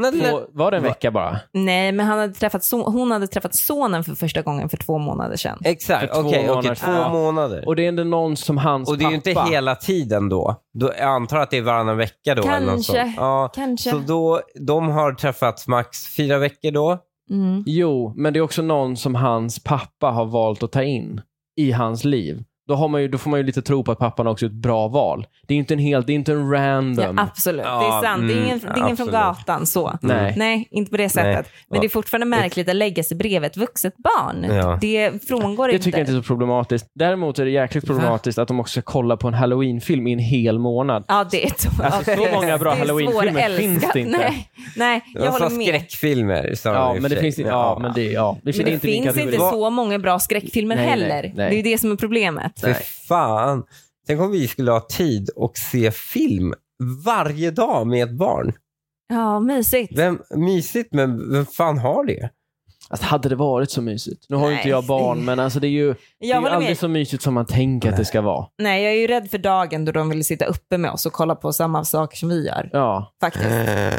[SPEAKER 2] Nej, nej.
[SPEAKER 3] på- var det en vecka bara?
[SPEAKER 1] Nej, men han hade träffat so- hon hade träffat sonen för första gången för två månader sedan.
[SPEAKER 2] Exakt,
[SPEAKER 3] För två
[SPEAKER 2] okej, okej,
[SPEAKER 3] månader
[SPEAKER 2] två
[SPEAKER 3] sedan.
[SPEAKER 2] månader.
[SPEAKER 3] Och det är ändå någon som hans
[SPEAKER 2] Och det är ju inte
[SPEAKER 3] pappa.
[SPEAKER 2] hela tiden då. då. Jag antar att det är varannan vecka då. Eller något sånt.
[SPEAKER 1] Kanske.
[SPEAKER 2] Ja,
[SPEAKER 1] Kanske.
[SPEAKER 2] så då, de har träffats max fyra veckor då.
[SPEAKER 1] Mm.
[SPEAKER 3] Jo, men det är också någon som hans pappa har valt att ta in i hans liv. Då, har man ju, då får man ju lite tro på att pappan har också gjort ett bra val. Det är ju inte en helt, det är inte en
[SPEAKER 1] Ja,
[SPEAKER 3] random.
[SPEAKER 1] absolut, det
[SPEAKER 2] Ja,
[SPEAKER 1] är sant. Det är ingen, det är ingen från
[SPEAKER 2] absolut.
[SPEAKER 1] gatan så.
[SPEAKER 3] mm, Nej.
[SPEAKER 1] inte på det sättet. Men
[SPEAKER 2] Ja.
[SPEAKER 1] det är fortfarande märkligt att lägga sig bredvid ett vuxet barn.
[SPEAKER 2] Ja.
[SPEAKER 1] Det frångår
[SPEAKER 3] det
[SPEAKER 1] inte.
[SPEAKER 3] tycker jag inte är så problematiskt. Däremot är det jäkligt problematiskt att de också ska kolla på en halloweenfilm i en hel månad.
[SPEAKER 1] Ja, det är så.
[SPEAKER 3] Alltså, så många bra
[SPEAKER 1] Det är
[SPEAKER 3] Halloween-filmer finns
[SPEAKER 1] svårälskat.
[SPEAKER 3] det inte.
[SPEAKER 1] Nej, nej jag
[SPEAKER 2] Jag
[SPEAKER 1] håller
[SPEAKER 2] sa
[SPEAKER 1] med.
[SPEAKER 2] skräckfilmer. Sa de i
[SPEAKER 3] Ja,
[SPEAKER 2] och för
[SPEAKER 3] men det
[SPEAKER 2] sig.
[SPEAKER 3] finns inte, ja, men det, ja. det,
[SPEAKER 1] Men det
[SPEAKER 3] inte min
[SPEAKER 1] finns
[SPEAKER 3] kategori.
[SPEAKER 1] inte så många bra skräckfilmer
[SPEAKER 3] Nej, nej,
[SPEAKER 1] heller.
[SPEAKER 3] nej.
[SPEAKER 1] Det är ju det som är problemet.
[SPEAKER 2] För fan. Tänk om vi skulle ha tid och se film varje dag med ett barn.
[SPEAKER 1] Ja, mysigt.
[SPEAKER 2] Vem, mysigt, men vem fan har det?
[SPEAKER 3] Alltså, hade det varit så mysigt? Nu har ju inte
[SPEAKER 1] Nej,
[SPEAKER 3] jag barn,
[SPEAKER 1] det-
[SPEAKER 3] men alltså, det är ju, det är
[SPEAKER 1] Jag
[SPEAKER 3] ju
[SPEAKER 1] håller
[SPEAKER 3] aldrig
[SPEAKER 1] med.
[SPEAKER 3] så mysigt som man tänker att det ska vara.
[SPEAKER 1] Nej, jag är ju rädd för dagen då de vill sitta uppe med oss och kolla på samma saker som vi gör.
[SPEAKER 3] Ja.
[SPEAKER 1] Faktiskt.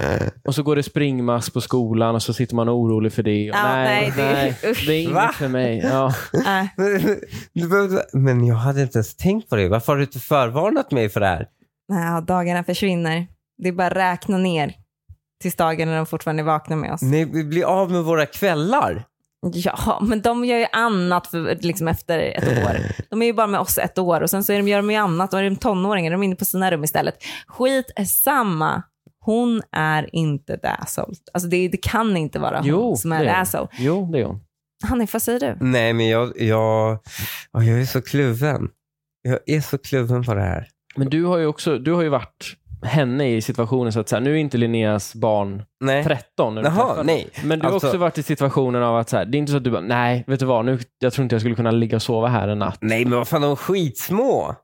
[SPEAKER 3] Och så går det springmass på skolan och så sitter man orolig för det. Och,
[SPEAKER 1] Ja,
[SPEAKER 3] nej,
[SPEAKER 1] nej, det-
[SPEAKER 3] nej,
[SPEAKER 1] usch.
[SPEAKER 3] det är inget
[SPEAKER 2] Va?
[SPEAKER 3] för mig. Ja.
[SPEAKER 1] Äh.
[SPEAKER 2] Du behövde- Men jag hade inte ens tänkt på det. Varför har du inte förvarnat mig för det här?
[SPEAKER 1] Nej, och dagarna försvinner. Det är bara att räkna ner tills dagen när de fortfarande vaknar med oss.
[SPEAKER 2] Nej, vi blir av med våra kvällar.
[SPEAKER 1] Ja, men de gör ju annat för, liksom efter ett år. De är ju bara med oss ett år och sen så är de, gör de ju annat. Och är de tonåringar, de är inne på sina rum istället. Skit är samma. Hon är inte the asshole. Alltså det, det kan inte vara hon
[SPEAKER 3] Jo,
[SPEAKER 1] som är
[SPEAKER 3] det
[SPEAKER 1] the
[SPEAKER 3] är hon.
[SPEAKER 1] asshole.
[SPEAKER 3] Jo, det är hon.
[SPEAKER 1] Hanif, vad säger du?
[SPEAKER 2] Nej, men jag, jag, åh, jag är så kluven. Jag är så kluven på det här.
[SPEAKER 3] Men du har ju också du har ju varit henne i situationen så att så här, nu är inte Linneas barn
[SPEAKER 2] Nej.
[SPEAKER 3] 13 när du träffar
[SPEAKER 2] Jaha,
[SPEAKER 3] dem.
[SPEAKER 2] nej.
[SPEAKER 3] Men du har
[SPEAKER 2] Alltså-
[SPEAKER 3] också varit i situationen av att så här, det är inte så att du bara, nej, vet du vad, nu, jag tror inte jag skulle kunna ligga och sova här en natt.
[SPEAKER 2] Nej, men vad fan, de är skitsmå.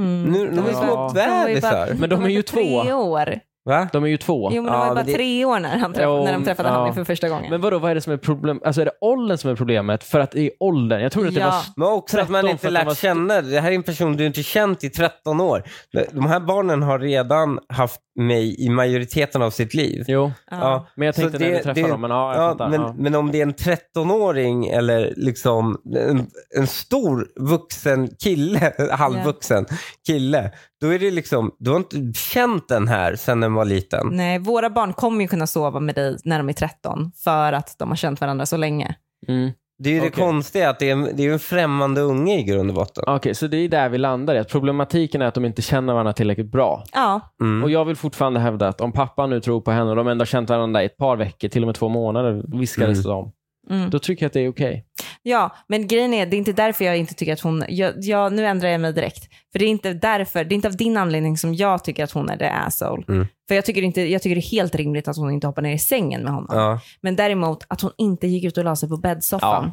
[SPEAKER 1] Mm.
[SPEAKER 2] Nu, de är
[SPEAKER 3] Ja.
[SPEAKER 2] små
[SPEAKER 1] De var ju bara-
[SPEAKER 2] bebisar.
[SPEAKER 3] Men de
[SPEAKER 1] var
[SPEAKER 3] är ju
[SPEAKER 1] bara Tre
[SPEAKER 3] två.
[SPEAKER 1] år.
[SPEAKER 2] Va?
[SPEAKER 3] De är ju två.
[SPEAKER 1] Jo, men de
[SPEAKER 2] Ja,
[SPEAKER 1] var ju
[SPEAKER 2] men
[SPEAKER 1] bara
[SPEAKER 2] det-
[SPEAKER 1] tre år när, han träff-
[SPEAKER 3] Jo,
[SPEAKER 1] när de träffade
[SPEAKER 3] ja.
[SPEAKER 1] Hanif för första gången.
[SPEAKER 3] Men vadå, vad är det som är problem? Alltså är det åldern som är problemet? För att det är åldern. Jag trodde att det
[SPEAKER 1] Ja.
[SPEAKER 3] var...
[SPEAKER 2] Men också att man
[SPEAKER 3] 13
[SPEAKER 2] inte
[SPEAKER 3] för att de var
[SPEAKER 2] lärt
[SPEAKER 3] st-
[SPEAKER 2] känna. Det här är en person du inte känt i 13 år. De här barnen har redan haft mig i majoriteten av sitt liv.
[SPEAKER 3] Jo,
[SPEAKER 2] Ja.
[SPEAKER 3] men jag
[SPEAKER 2] Så
[SPEAKER 3] tänkte
[SPEAKER 2] det-
[SPEAKER 3] när du träffade
[SPEAKER 2] det-
[SPEAKER 3] dem. Men ja, jag
[SPEAKER 2] Ja,
[SPEAKER 3] fattar.
[SPEAKER 2] men,
[SPEAKER 3] ja.
[SPEAKER 2] men om det är en 13-åring eller liksom en, en stor vuxen kille, halvvuxen kille, då är det liksom, du har inte känt den här sedan den var
[SPEAKER 3] Mm.
[SPEAKER 2] liten.
[SPEAKER 1] Nej, våra barn kommer ju kunna sova med dig när de är 13 för att de har känt varandra så länge.
[SPEAKER 3] Mm.
[SPEAKER 2] Det är ju det
[SPEAKER 3] Okej.
[SPEAKER 2] konstiga, att det är, en- det är ju en främmande unge i grund och botten.
[SPEAKER 3] Okej, så det är där vi landar i att problematiken är att de inte känner varandra tillräckligt bra.
[SPEAKER 1] Ja,
[SPEAKER 2] Mm.
[SPEAKER 3] Och jag vill fortfarande hävda att om pappa nu tror på henne och de ändå har känt varandra i ett par veckor, till och med två månader, viskades det om.
[SPEAKER 1] Mm.
[SPEAKER 3] Då tycker jag att det är okej.
[SPEAKER 1] ja, men grejen är, det är inte därför jag inte tycker att hon, jag, jag, nu ändrar jag mig direkt. För det är inte därför, det är inte av din anledning som jag tycker att hon är the asshole.
[SPEAKER 2] Mm.
[SPEAKER 1] För jag tycker, inte, jag tycker det är helt rimligt att hon inte hoppar ner i sängen med honom.
[SPEAKER 2] Ja.
[SPEAKER 1] Men däremot att hon inte gick ut och la sig på bäddsoffan.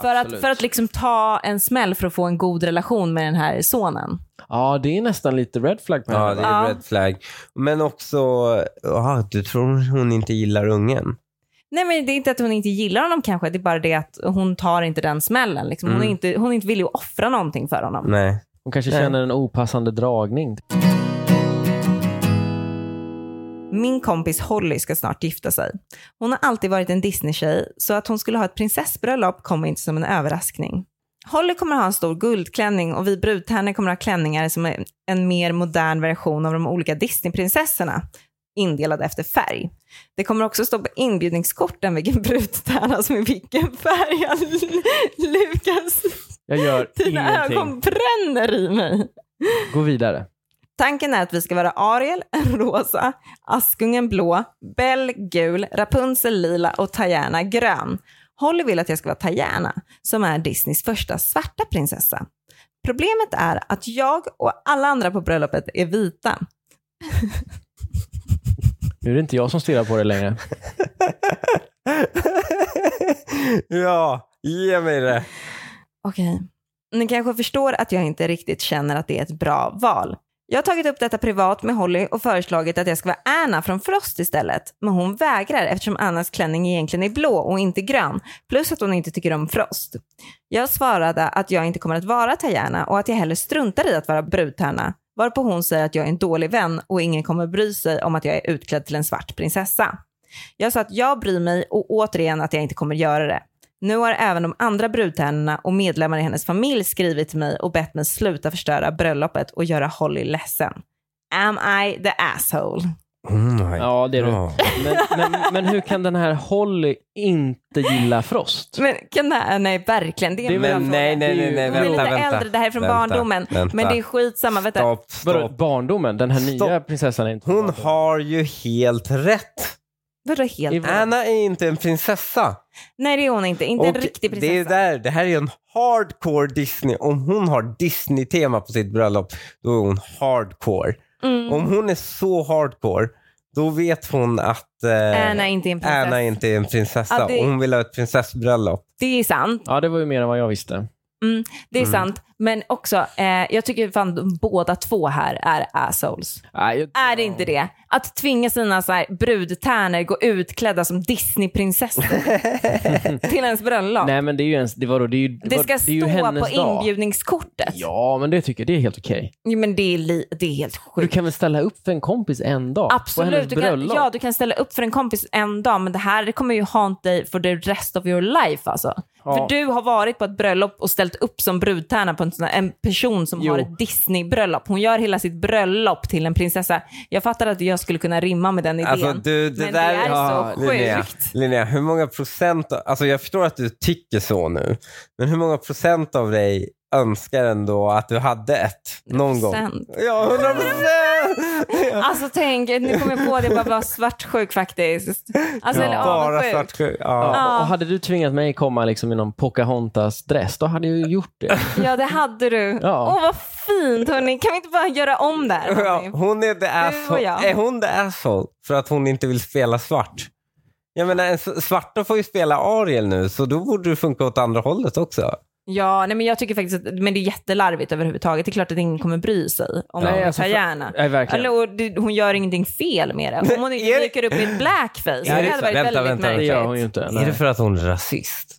[SPEAKER 1] för, att,
[SPEAKER 3] absolut.
[SPEAKER 1] för att liksom ta en smäll för att få en god relation med den här sonen.
[SPEAKER 3] Ja, det är nästan lite red flag på henne.
[SPEAKER 2] Ja,
[SPEAKER 3] va?
[SPEAKER 2] det är
[SPEAKER 1] Ja.
[SPEAKER 2] red flag. Men också, ja, du tror hon inte gillar ungen?
[SPEAKER 1] Nej men det är inte att hon inte gillar honom kanske, det är bara det att hon tar inte den smällen. Liksom. Hon,
[SPEAKER 2] Mm.
[SPEAKER 1] är inte, hon är inte villig att offra någonting för honom.
[SPEAKER 2] Nej.
[SPEAKER 3] Hon kanske
[SPEAKER 2] Nej.
[SPEAKER 3] känner en opassande dragning.
[SPEAKER 1] Min kompis Holly ska snart gifta sig. Hon har alltid varit en Disney-tjej, så att hon skulle ha ett prinsessbröllop kommer inte som en överraskning. Holly kommer ha en stor guldklänning och vi brudtärnor kommer ha klänningar som är en mer modern version av de olika Disney-prinsessorna, indelade efter färg. Det kommer också stå på inbjudningskorten vilken brudtärna som är vilken färg. Lukas,
[SPEAKER 3] Jag gör
[SPEAKER 1] dina
[SPEAKER 3] ingenting.
[SPEAKER 1] ögon bränner i mig.
[SPEAKER 3] Gå vidare.
[SPEAKER 1] Tanken är att vi ska vara Ariel, rosa, Askungen blå, Bell gul, Rapunzel lila och Tajerna grön. Holly vill att jag ska vara Tajerna, som är Disneys första svarta prinsessa. Problemet är att jag och alla andra på bröllopet är vita.
[SPEAKER 3] Nu är det inte jag som stirrar på det längre.
[SPEAKER 2] ja, ge mig det.
[SPEAKER 1] Okej. Ni kanske förstår att jag inte riktigt känner att det är ett bra val. Jag har tagit upp detta privat med Holly och föreslagit att jag ska vara Anna från Frost istället. Men hon vägrar eftersom Annas klänning egentligen är blå och inte grön. Plus att hon inte tycker om Frost. Jag svarade att jag inte kommer att vara Tajerna och att jag hellre struntar i att vara brudtärna. Varpå hon säger att jag är en dålig vän och ingen kommer bry sig om att jag är utklädd till en svart prinsessa. Jag sa att jag bryr mig och återigen att jag inte kommer göra det. Nu har även de andra brudtärnorna och medlemmar i hennes familj skrivit till mig och bett mig sluta förstöra bröllopet och göra Holly ledsen. Am I the asshole?
[SPEAKER 2] Oh my
[SPEAKER 3] Ja, det är du.
[SPEAKER 2] God.
[SPEAKER 3] Men, men, men hur kan den här Holly inte gilla Frost?
[SPEAKER 1] Men kan det här, nej verkligen, det är
[SPEAKER 3] Det är
[SPEAKER 1] en bra
[SPEAKER 3] väl-
[SPEAKER 1] fråga.
[SPEAKER 2] nej, nej, nej, nej,
[SPEAKER 1] Hon är
[SPEAKER 2] vänta,
[SPEAKER 1] lite
[SPEAKER 2] vänta.
[SPEAKER 1] äldre, det här är från
[SPEAKER 2] Vänta,
[SPEAKER 1] barndomen.
[SPEAKER 2] vänta.
[SPEAKER 1] Men det är skitsamma, vänta.
[SPEAKER 2] Stopp,
[SPEAKER 3] Vadå,
[SPEAKER 2] stopp.
[SPEAKER 3] barndomen? Den här nya
[SPEAKER 2] Stopp.
[SPEAKER 3] prinsessan är inte
[SPEAKER 2] Hon
[SPEAKER 3] barndomen.
[SPEAKER 2] har ju helt rätt.
[SPEAKER 1] Vadå helt?
[SPEAKER 3] I-
[SPEAKER 2] Anna är inte en prinsessa.
[SPEAKER 1] Nej det är hon inte, inte en
[SPEAKER 2] Och
[SPEAKER 1] riktig
[SPEAKER 2] Det, är
[SPEAKER 1] prinsessa.
[SPEAKER 2] där, det här är en hardcore Disney. Om hon har Disney-tema på sitt bröllop, då är hon hardcore.
[SPEAKER 1] Mm.
[SPEAKER 2] Om hon är så hardcore, då vet hon att eh,
[SPEAKER 1] Anna är inte en prinsessa.
[SPEAKER 2] Anna inte är en prinsessa.
[SPEAKER 1] Ja, det-
[SPEAKER 2] Och hon vill ha ett prinsessbröllop.
[SPEAKER 1] Det är sant, Mm.
[SPEAKER 3] Ja, det var ju mer än vad jag visste.
[SPEAKER 1] det
[SPEAKER 2] Mm.
[SPEAKER 1] är sant. Men också, eh, jag tycker fan de båda två här är assholes.
[SPEAKER 3] Nej, jag-
[SPEAKER 1] Är det inte det? Att tvinga sina så här, brudtärnor gå utklädda som Disneyprinsessor till ens bröllop.
[SPEAKER 3] Nej, men det är ju ens... Det, var då, det, är ju, det,
[SPEAKER 1] Det
[SPEAKER 3] var,
[SPEAKER 1] ska
[SPEAKER 3] det är ju
[SPEAKER 1] stå på
[SPEAKER 3] hennes dag.
[SPEAKER 1] inbjudningskortet.
[SPEAKER 3] Ja, men det tycker jag. Det är helt okej.
[SPEAKER 1] Jo, Men det är, li- det är helt
[SPEAKER 3] Du
[SPEAKER 1] sjukt.
[SPEAKER 3] kan väl ställa upp för en kompis en dag? På hennes
[SPEAKER 1] Absolut, du kan,
[SPEAKER 3] bröllop?
[SPEAKER 1] ja, du kan ställa upp för en kompis en dag, men det här kommer ju haunt dig for the rest of your life. Alltså.
[SPEAKER 3] Ja.
[SPEAKER 1] För du har varit på ett bröllop och ställt upp som brudtärna på en, sån här, en person som
[SPEAKER 3] Jo.
[SPEAKER 1] har ett Disney-bröllop. Hon gör hela sitt bröllop till en prinsessa. Jag fattar att jag skulle kunna rimma med den idén.
[SPEAKER 2] Alltså, du, det
[SPEAKER 1] men
[SPEAKER 2] där
[SPEAKER 1] det är
[SPEAKER 3] ja,
[SPEAKER 1] så
[SPEAKER 2] Linnea,
[SPEAKER 1] sjukt.
[SPEAKER 2] Linnea, hur många procent, alltså jag förstår att du tycker så nu, men hur många procent av dig önskar ändå att du hade ett någon gång?
[SPEAKER 1] Procent.
[SPEAKER 2] Ja, hundra procent!
[SPEAKER 1] Alltså tänk, nu kommer jag på det, jag bara var svartsjuk faktiskt. Alltså, eller
[SPEAKER 2] Bara
[SPEAKER 1] avundsjuk.
[SPEAKER 2] svartsjuk.
[SPEAKER 3] Ja,
[SPEAKER 2] Ja.
[SPEAKER 1] Ja.
[SPEAKER 3] Och hade du tvingat mig komma liksom i någon Pocahontas-dress, då hade jag ju gjort det.
[SPEAKER 1] Ja, det hade du. Åh,
[SPEAKER 3] Ja.
[SPEAKER 1] vad fint hörni. Kan vi inte bara göra om det här?
[SPEAKER 2] Ja,
[SPEAKER 1] hörni?
[SPEAKER 2] hon är the asshole.
[SPEAKER 1] jag.
[SPEAKER 2] Är hon the asshole för att hon inte vill spela svart? Jag menar, en s- svarta får ju spela Ariel nu, så då borde det funka åt andra hållet också.
[SPEAKER 1] Ja, nej, men jag tycker faktiskt att men det är jättelarvigt överhuvudtaget. Det är klart att ingen kommer bry sig om
[SPEAKER 3] Nej,
[SPEAKER 1] hon
[SPEAKER 3] alltså,
[SPEAKER 1] tar
[SPEAKER 3] för-
[SPEAKER 1] gärna.
[SPEAKER 3] Nej, verkligen.
[SPEAKER 1] Eller, och det, hon gör ingenting fel med det. Om hon
[SPEAKER 2] Är
[SPEAKER 1] inte
[SPEAKER 2] det-
[SPEAKER 1] dyker upp i ett blackface. det
[SPEAKER 2] Är det-
[SPEAKER 1] hade varit
[SPEAKER 2] vänta,
[SPEAKER 1] väldigt
[SPEAKER 2] vänta,
[SPEAKER 3] Det
[SPEAKER 1] märkligt.
[SPEAKER 3] gör hon ju inte.
[SPEAKER 2] Är det
[SPEAKER 3] nej.
[SPEAKER 2] för att hon är rasist?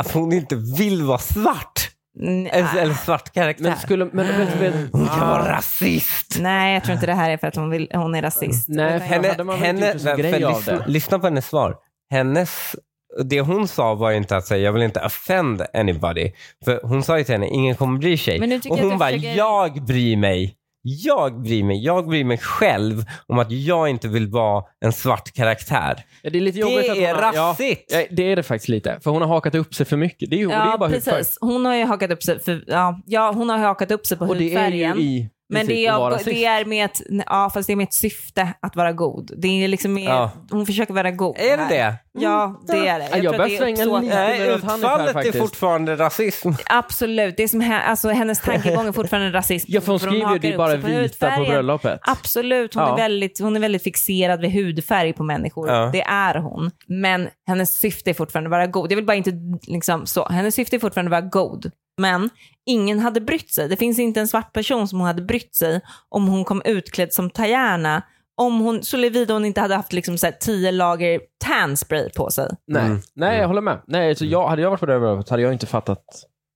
[SPEAKER 2] Att hon inte vill vara svart? Eller, eller
[SPEAKER 1] Nej,
[SPEAKER 2] svart karaktär?
[SPEAKER 3] Men skulle... Men, men, men,
[SPEAKER 2] Hon kan vara rasist!
[SPEAKER 1] nej, jag tror inte det här är för att hon, vill, hon är rasist.
[SPEAKER 3] Nej,
[SPEAKER 1] Utan-
[SPEAKER 3] för- hade man väl inte gjort en sån
[SPEAKER 2] men-
[SPEAKER 3] grej
[SPEAKER 2] för
[SPEAKER 3] av
[SPEAKER 2] lyssna,
[SPEAKER 3] det?
[SPEAKER 2] lyssna på hennes svar. Hennes, det hon sa var ju inte att säga jag vill inte offend anybody. För hon sa ju till henne, ingen kommer bry sig.
[SPEAKER 1] Men nu tycker
[SPEAKER 2] Och
[SPEAKER 1] jag att du
[SPEAKER 2] hon bara,
[SPEAKER 1] försöker-
[SPEAKER 2] jag bryr mig. Jag bryr mig. Jag bryr mig själv om att jag inte vill vara en svart karaktär.
[SPEAKER 3] Ja, det är lite jobbigt att
[SPEAKER 2] Det är
[SPEAKER 3] hon har-
[SPEAKER 2] rassigt!
[SPEAKER 3] Ja, det är det faktiskt lite. För hon har hakat upp sig för mycket. Det är ju, och det är ju
[SPEAKER 1] Ja,
[SPEAKER 3] bara hudfärg.
[SPEAKER 1] precis. Hon har ju hakat upp sig, för, ja, ja, hon har ju hakat upp sig på
[SPEAKER 3] Och det är ju
[SPEAKER 1] hudfärgen.
[SPEAKER 3] i
[SPEAKER 1] Men det
[SPEAKER 3] princip att vara
[SPEAKER 1] är,
[SPEAKER 3] rasist.
[SPEAKER 1] det är med ett, ja, fast det är med ett syfte att vara god. Det är liksom med,
[SPEAKER 2] Ja.
[SPEAKER 1] Hon försöker vara god.
[SPEAKER 2] Är det
[SPEAKER 1] här.
[SPEAKER 2] det?
[SPEAKER 1] Ja, det är det.
[SPEAKER 3] Mm, Ja, jag
[SPEAKER 1] tror att
[SPEAKER 3] börjar
[SPEAKER 1] det är
[SPEAKER 3] svänga
[SPEAKER 1] uppsåt-
[SPEAKER 3] lite.
[SPEAKER 2] Nej,
[SPEAKER 3] men åt han är här
[SPEAKER 2] utfallet är
[SPEAKER 3] faktiskt.
[SPEAKER 2] fortfarande rasism.
[SPEAKER 1] Absolut, det är som hä- alltså, hennes tankegång är fortfarande rasism.
[SPEAKER 3] Ja, för hon skriver ju
[SPEAKER 1] hakar
[SPEAKER 3] det är
[SPEAKER 1] upp
[SPEAKER 3] bara
[SPEAKER 1] sig
[SPEAKER 3] vita på
[SPEAKER 1] hudfärgen.
[SPEAKER 3] bröllopet.
[SPEAKER 1] Absolut, hon,
[SPEAKER 3] Ja.
[SPEAKER 1] är väldigt, hon är väldigt fixerad vid hudfärg på människor.
[SPEAKER 2] Ja.
[SPEAKER 1] Det är hon. Men hennes syfte är fortfarande att vara god. Jag vill bara inte liksom så. Hennes syfte är fortfarande att vara god. Men ingen hade brytt sig. Det finns inte en svart person som hon hade brytt sig om hon kom utklädd som Tajana. Om hon, såvida hon inte hade haft liksom så här tio lager tanspray på sig.
[SPEAKER 3] Nej,
[SPEAKER 2] Mm.
[SPEAKER 3] Nej jag
[SPEAKER 2] Mm.
[SPEAKER 3] håller med. Nej, alltså jag, hade jag varit på det här bröllopet hade jag inte fattat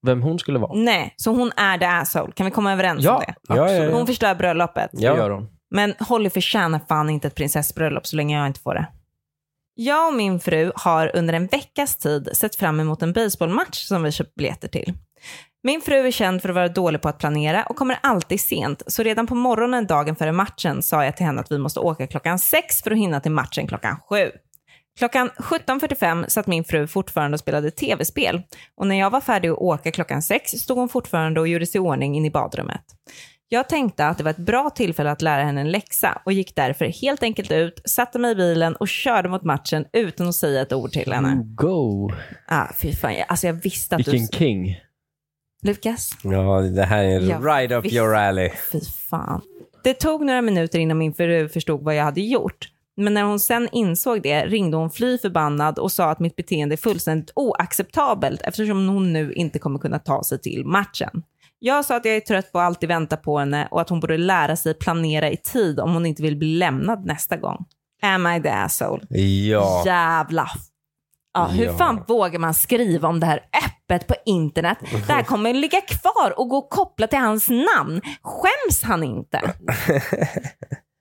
[SPEAKER 3] vem hon skulle vara.
[SPEAKER 1] Nej, så hon är the asshole. Kan vi komma överens om det?
[SPEAKER 2] Ja, ja, ja.
[SPEAKER 1] Hon förstör bröllopet.
[SPEAKER 3] Det gör hon.
[SPEAKER 1] Men Holly förtjänar fan inte ett prinsessbröllop så länge jag inte får det. Jag och min fru har under en veckas tid sett fram emot en baseballmatch som vi köpt biljetter till. Min fru är känd för att vara dålig på att planera och kommer alltid sent, så redan på morgonen dagen före matchen sa jag till henne att vi måste åka klockan sex för att hinna till matchen klockan sju. Klockan 17.45 satt min fru fortfarande och spelade tv-spel och när jag var färdig att åka klockan sex stod hon fortfarande och gjorde sig i ordning in i badrummet. Jag tänkte att det var ett bra tillfälle att lära henne en läxa och gick därför helt enkelt ut, satte mig i bilen och körde mot matchen utan att säga ett ord till henne.
[SPEAKER 3] Go!
[SPEAKER 1] Ah, fy fan, jag, alltså jag visste att
[SPEAKER 3] Mm. Vilken
[SPEAKER 1] du...
[SPEAKER 3] king.
[SPEAKER 1] Lukas?
[SPEAKER 2] Ja, det här är
[SPEAKER 1] Ja,
[SPEAKER 2] right up
[SPEAKER 1] visst.
[SPEAKER 2] your alley.
[SPEAKER 1] Fy fan. Det tog några minuter innan min fru förstod vad jag hade gjort. Men när hon sen insåg det ringde hon fly förbannad och sa att mitt beteende är fullständigt oacceptabelt eftersom hon nu inte kommer kunna ta sig till matchen. Jag sa att jag är trött på att alltid vänta på henne och att hon borde lära sig planera i tid om hon inte vill bli lämnad nästa gång. Am I the asshole?
[SPEAKER 2] Ja.
[SPEAKER 1] Jävla. Ja, hur
[SPEAKER 2] Ja.
[SPEAKER 1] fan vågar man skriva om det här öppet på internet? Det här kommer ligga kvar och gå kopplat till hans namn. Skäms han inte?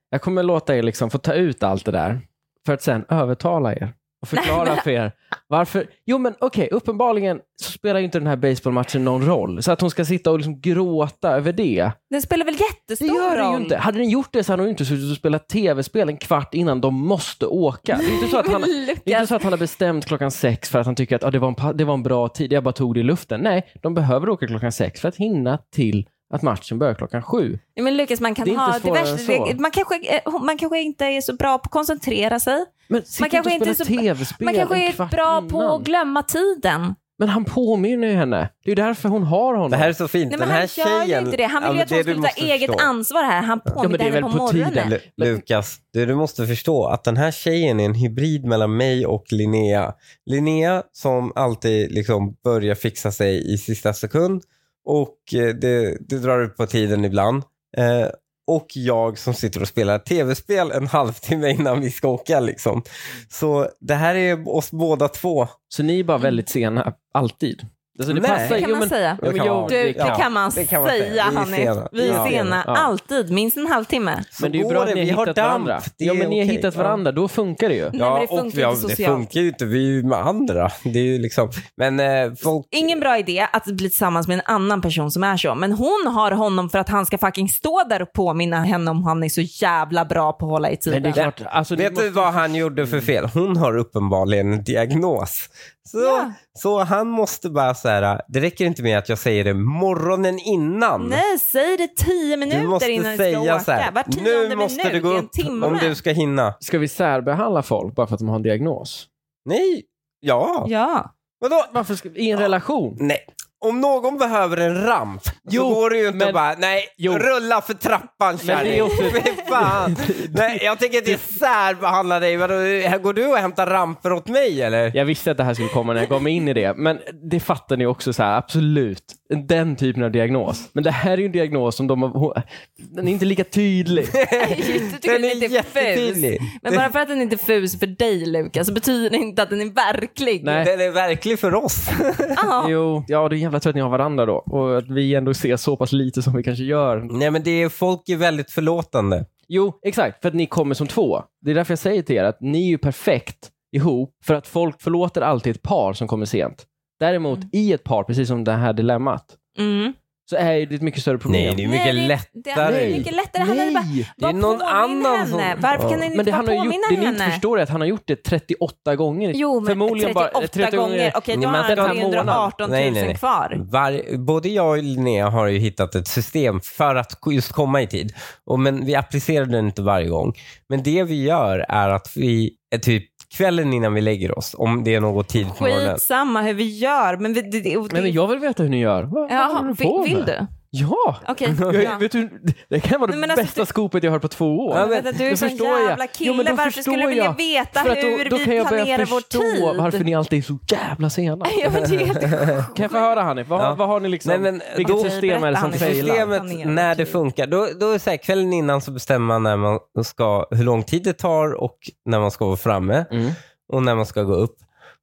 [SPEAKER 3] Jag kommer låta er liksom få ta ut allt det där för att sen övertala er. och förklara för er varför. Jo men okej, uppenbarligen så spelar ju inte den här baseballmatchen någon roll. Så att hon ska sitta och liksom gråta över det.
[SPEAKER 1] Den spelar väl
[SPEAKER 3] Det
[SPEAKER 1] jättestor
[SPEAKER 3] gör det
[SPEAKER 1] roll?
[SPEAKER 3] ju inte. Hade den gjort det så hade hon ju inte suttit och spelat tv-spel en kvart innan de måste åka. Det är inte så att han,
[SPEAKER 1] Men
[SPEAKER 3] det är inte
[SPEAKER 1] Lukas,
[SPEAKER 3] så att han har bestämt klockan sex för att han tycker att ah, det, var en, pa- det var en bra tid, jag bara tog det i luften. Nej, de behöver åka klockan sex för att hinna till att matchen börjar klockan sju.
[SPEAKER 1] Ja, men Lukas man kan
[SPEAKER 3] Det är inte
[SPEAKER 1] ha
[SPEAKER 3] svårare än
[SPEAKER 1] diverse...
[SPEAKER 3] så.
[SPEAKER 1] Man kanske, eh, man kanske inte är så bra på att koncentrera sig.
[SPEAKER 3] Men sitt
[SPEAKER 1] Man
[SPEAKER 3] inte och
[SPEAKER 1] kanske
[SPEAKER 3] spela
[SPEAKER 1] inte är så-
[SPEAKER 3] tv-spel
[SPEAKER 1] Man kanske
[SPEAKER 3] en
[SPEAKER 1] är
[SPEAKER 3] kvart
[SPEAKER 1] bra
[SPEAKER 3] innan.
[SPEAKER 1] på att glömma tiden.
[SPEAKER 3] Men han påminner ju henne. Det är ju därför hon har honom.
[SPEAKER 2] Det här är så fint.
[SPEAKER 1] Nej,
[SPEAKER 2] den
[SPEAKER 1] men
[SPEAKER 2] här
[SPEAKER 1] han gör ju
[SPEAKER 2] tjejen,
[SPEAKER 1] inte det. Han vill ju
[SPEAKER 2] men
[SPEAKER 1] att hon
[SPEAKER 2] det du
[SPEAKER 1] skulle ta
[SPEAKER 2] måste
[SPEAKER 1] eget
[SPEAKER 2] förstå.
[SPEAKER 1] ansvar här. Han
[SPEAKER 3] Ja, men
[SPEAKER 1] påminde
[SPEAKER 3] det är
[SPEAKER 1] henne
[SPEAKER 3] väl
[SPEAKER 1] på
[SPEAKER 3] på tiden,
[SPEAKER 1] morgonen.
[SPEAKER 2] Lu- Lukas, det du måste förstå att den här tjejen är en hybrid mellan mig och Linnea. Linnea som alltid liksom börjar fixa sig i sista sekund och eh, det, det drar ut på tiden ibland. Eh, och jag som sitter och spelar tv-spel en halvtimme innan vi ska åka. Liksom. Så det här är oss båda två.
[SPEAKER 3] Så ni är bara väldigt sena, alltid. Alltså, det
[SPEAKER 2] Nej.
[SPEAKER 3] passar
[SPEAKER 1] Kan
[SPEAKER 3] jo,
[SPEAKER 1] man
[SPEAKER 3] men-
[SPEAKER 1] säga?
[SPEAKER 3] Jo, men
[SPEAKER 2] Det kan
[SPEAKER 3] jo,
[SPEAKER 2] man.
[SPEAKER 1] Du,
[SPEAKER 3] det
[SPEAKER 1] det
[SPEAKER 3] kan-
[SPEAKER 1] kan man
[SPEAKER 2] det kan man
[SPEAKER 1] säga,
[SPEAKER 2] säga. Vi är
[SPEAKER 1] Hanif.
[SPEAKER 2] sena.
[SPEAKER 1] Vi är
[SPEAKER 2] Ja.
[SPEAKER 1] sena.
[SPEAKER 3] Ja.
[SPEAKER 1] Alltid. Minst en halvtimme.
[SPEAKER 2] Så
[SPEAKER 3] Men det är ju
[SPEAKER 2] går
[SPEAKER 3] bra att ni
[SPEAKER 2] Vi
[SPEAKER 3] har hittat
[SPEAKER 2] damp.
[SPEAKER 3] varandra.
[SPEAKER 2] Det
[SPEAKER 3] Ja,
[SPEAKER 2] är
[SPEAKER 3] men ni har
[SPEAKER 2] okej.
[SPEAKER 3] hittat
[SPEAKER 2] Ja.
[SPEAKER 3] varandra, då funkar det ju.
[SPEAKER 1] Nej, men det funkar
[SPEAKER 2] vi har-
[SPEAKER 1] inte
[SPEAKER 2] det
[SPEAKER 1] socialt.
[SPEAKER 2] funkar ju inte. Vi är ju med andra. Det är ju liksom, men eh, folk...
[SPEAKER 1] Ingen bra idé att bli tillsammans med en annan person som är så. Men hon har honom för att han ska fucking stå där och påminna henne om han är så jävla bra på att hålla i
[SPEAKER 3] Men
[SPEAKER 1] tiden.
[SPEAKER 3] det är klart, alltså, det
[SPEAKER 2] Vet du
[SPEAKER 3] måste-
[SPEAKER 2] vad han gjorde
[SPEAKER 1] Mm.
[SPEAKER 2] för fel? Hon har uppenbarligen en diagnos. Så,
[SPEAKER 1] Ja.
[SPEAKER 2] så han måste bara så här, det räcker inte med att jag säger det morgonen innan.
[SPEAKER 1] Nej, säg det tio minuter
[SPEAKER 2] du måste
[SPEAKER 1] innan
[SPEAKER 2] säga
[SPEAKER 1] du ska åka.
[SPEAKER 2] så här,
[SPEAKER 1] Var tionde
[SPEAKER 2] nu måste
[SPEAKER 1] minut
[SPEAKER 2] du gå
[SPEAKER 1] i
[SPEAKER 2] upp
[SPEAKER 1] en timme.
[SPEAKER 2] om du ska hinna.
[SPEAKER 3] Ska vi särbehandla folk bara för att de har en diagnos?
[SPEAKER 2] Nej, ja.
[SPEAKER 1] Ja.
[SPEAKER 2] Vadå?
[SPEAKER 3] Varför ska, I en relation?
[SPEAKER 2] Nej. Om någon behöver en ramp
[SPEAKER 3] Jo,
[SPEAKER 2] så går det ju inte
[SPEAKER 3] men-
[SPEAKER 2] att bara, nej,
[SPEAKER 3] Jo.
[SPEAKER 2] rulla för trappan
[SPEAKER 3] Men det är
[SPEAKER 2] kärring.
[SPEAKER 3] också-
[SPEAKER 2] Fy fan. Nej, jag tänker inte särbehandla dig. Vadå, här Går du och hämtar ramper åt mig eller?
[SPEAKER 3] Jag visste att det här skulle komma när jag gav mig in i det, men det fattar ni också så här, absolut. Den typen av diagnos. Men det här är ju en diagnos som de har, den är inte lika tydlig.
[SPEAKER 1] Du tycker den är, lite
[SPEAKER 2] jättetydlig.
[SPEAKER 1] fus. Men bara för att den är diffus för dig Lukas så betyder det inte att den är verklig.
[SPEAKER 3] Nej.
[SPEAKER 2] Den är verklig för oss.
[SPEAKER 1] Ja.
[SPEAKER 3] Jo, ja det är jävla tur att ni har varandra då och att vi ändå ser så pass lite som vi kanske gör.
[SPEAKER 2] Nej men det är, folk är väldigt förlåtande.
[SPEAKER 3] Jo, exakt, för att ni kommer som två. Det är därför jag säger till er att ni är ju perfekt ihop för att folk förlåter alltid ett par som kommer sent. Däremot i ett par, precis som det här dilemmat,
[SPEAKER 1] Mm.
[SPEAKER 3] så är ju det ett mycket större problem.
[SPEAKER 2] Nej, det är
[SPEAKER 1] Nej,
[SPEAKER 2] mycket
[SPEAKER 1] det-
[SPEAKER 2] lättare.
[SPEAKER 1] Det är mycket lättare. Han hade bara,
[SPEAKER 3] Nej!
[SPEAKER 2] Det är
[SPEAKER 1] Vad
[SPEAKER 2] någon
[SPEAKER 1] påminner
[SPEAKER 2] annan
[SPEAKER 1] henne?
[SPEAKER 2] som-
[SPEAKER 1] Varför
[SPEAKER 2] Ja.
[SPEAKER 1] kan den inte
[SPEAKER 3] Men det
[SPEAKER 1] bara
[SPEAKER 3] han har ju gjort,
[SPEAKER 1] påminna
[SPEAKER 3] det ni inte
[SPEAKER 1] henne?
[SPEAKER 3] förstår är att han har gjort det 38 gånger.
[SPEAKER 1] Jo, men
[SPEAKER 3] Förmodligen
[SPEAKER 1] 38
[SPEAKER 3] bara-
[SPEAKER 1] gånger. Okej, då
[SPEAKER 2] Nej,
[SPEAKER 1] har
[SPEAKER 2] men
[SPEAKER 1] han
[SPEAKER 2] den här
[SPEAKER 1] 318 000
[SPEAKER 2] månaden. Nej, nej, nej.
[SPEAKER 1] kvar.
[SPEAKER 2] Var, både jag och Linnea har ju hittat ett system för att ko- just komma i tid. Och, men vi applicerar den inte varje gång. Men det vi gör är att vi, eh, typ kvällen innan vi lägger oss, om det är något tid på morgonen.
[SPEAKER 1] Skitsamma hur vi gör. Men vi, det, det, och det,
[SPEAKER 3] Nej, men jag vill veta hur ni gör. Vad, vad håller
[SPEAKER 1] Jaha,
[SPEAKER 3] ni
[SPEAKER 1] vill,
[SPEAKER 3] på
[SPEAKER 1] vill
[SPEAKER 3] med?
[SPEAKER 1] du?
[SPEAKER 3] Ja!
[SPEAKER 1] Okej.
[SPEAKER 3] Jag,
[SPEAKER 1] ja.
[SPEAKER 3] vet du, det kan vara det
[SPEAKER 1] Nej, men alltså,
[SPEAKER 3] bästa skopet jag har hört på två år.
[SPEAKER 1] Jag vet att du är
[SPEAKER 3] det
[SPEAKER 1] en sån
[SPEAKER 3] förstår jag.
[SPEAKER 1] jävla
[SPEAKER 3] Jo, men
[SPEAKER 1] kille.
[SPEAKER 3] då
[SPEAKER 1] varför
[SPEAKER 3] förstår
[SPEAKER 1] skulle du vilja
[SPEAKER 3] jag.
[SPEAKER 1] veta
[SPEAKER 3] För att då,
[SPEAKER 1] hur
[SPEAKER 3] då
[SPEAKER 1] vi
[SPEAKER 3] kan jag
[SPEAKER 1] planerar
[SPEAKER 3] börja
[SPEAKER 1] vår
[SPEAKER 3] förstå
[SPEAKER 1] tid?
[SPEAKER 3] varför ni alltid är så jävla sena.
[SPEAKER 1] ja, men det är helt sjukt.
[SPEAKER 3] Kan jag få höra Hanif, vad,
[SPEAKER 2] Ja.
[SPEAKER 3] vad har ni liksom,
[SPEAKER 2] Nej, men
[SPEAKER 3] vilket
[SPEAKER 1] typ
[SPEAKER 2] då-
[SPEAKER 3] system är det som
[SPEAKER 1] Berätta, Hanif.
[SPEAKER 3] failar?
[SPEAKER 2] Systemet,
[SPEAKER 1] Planera.
[SPEAKER 2] när det funkar, då, då är det så här, kvällen innan så bestämmer man, när man ska, hur lång tid det tar och när man ska vara framme.
[SPEAKER 3] Mm.
[SPEAKER 2] och när man ska gå upp.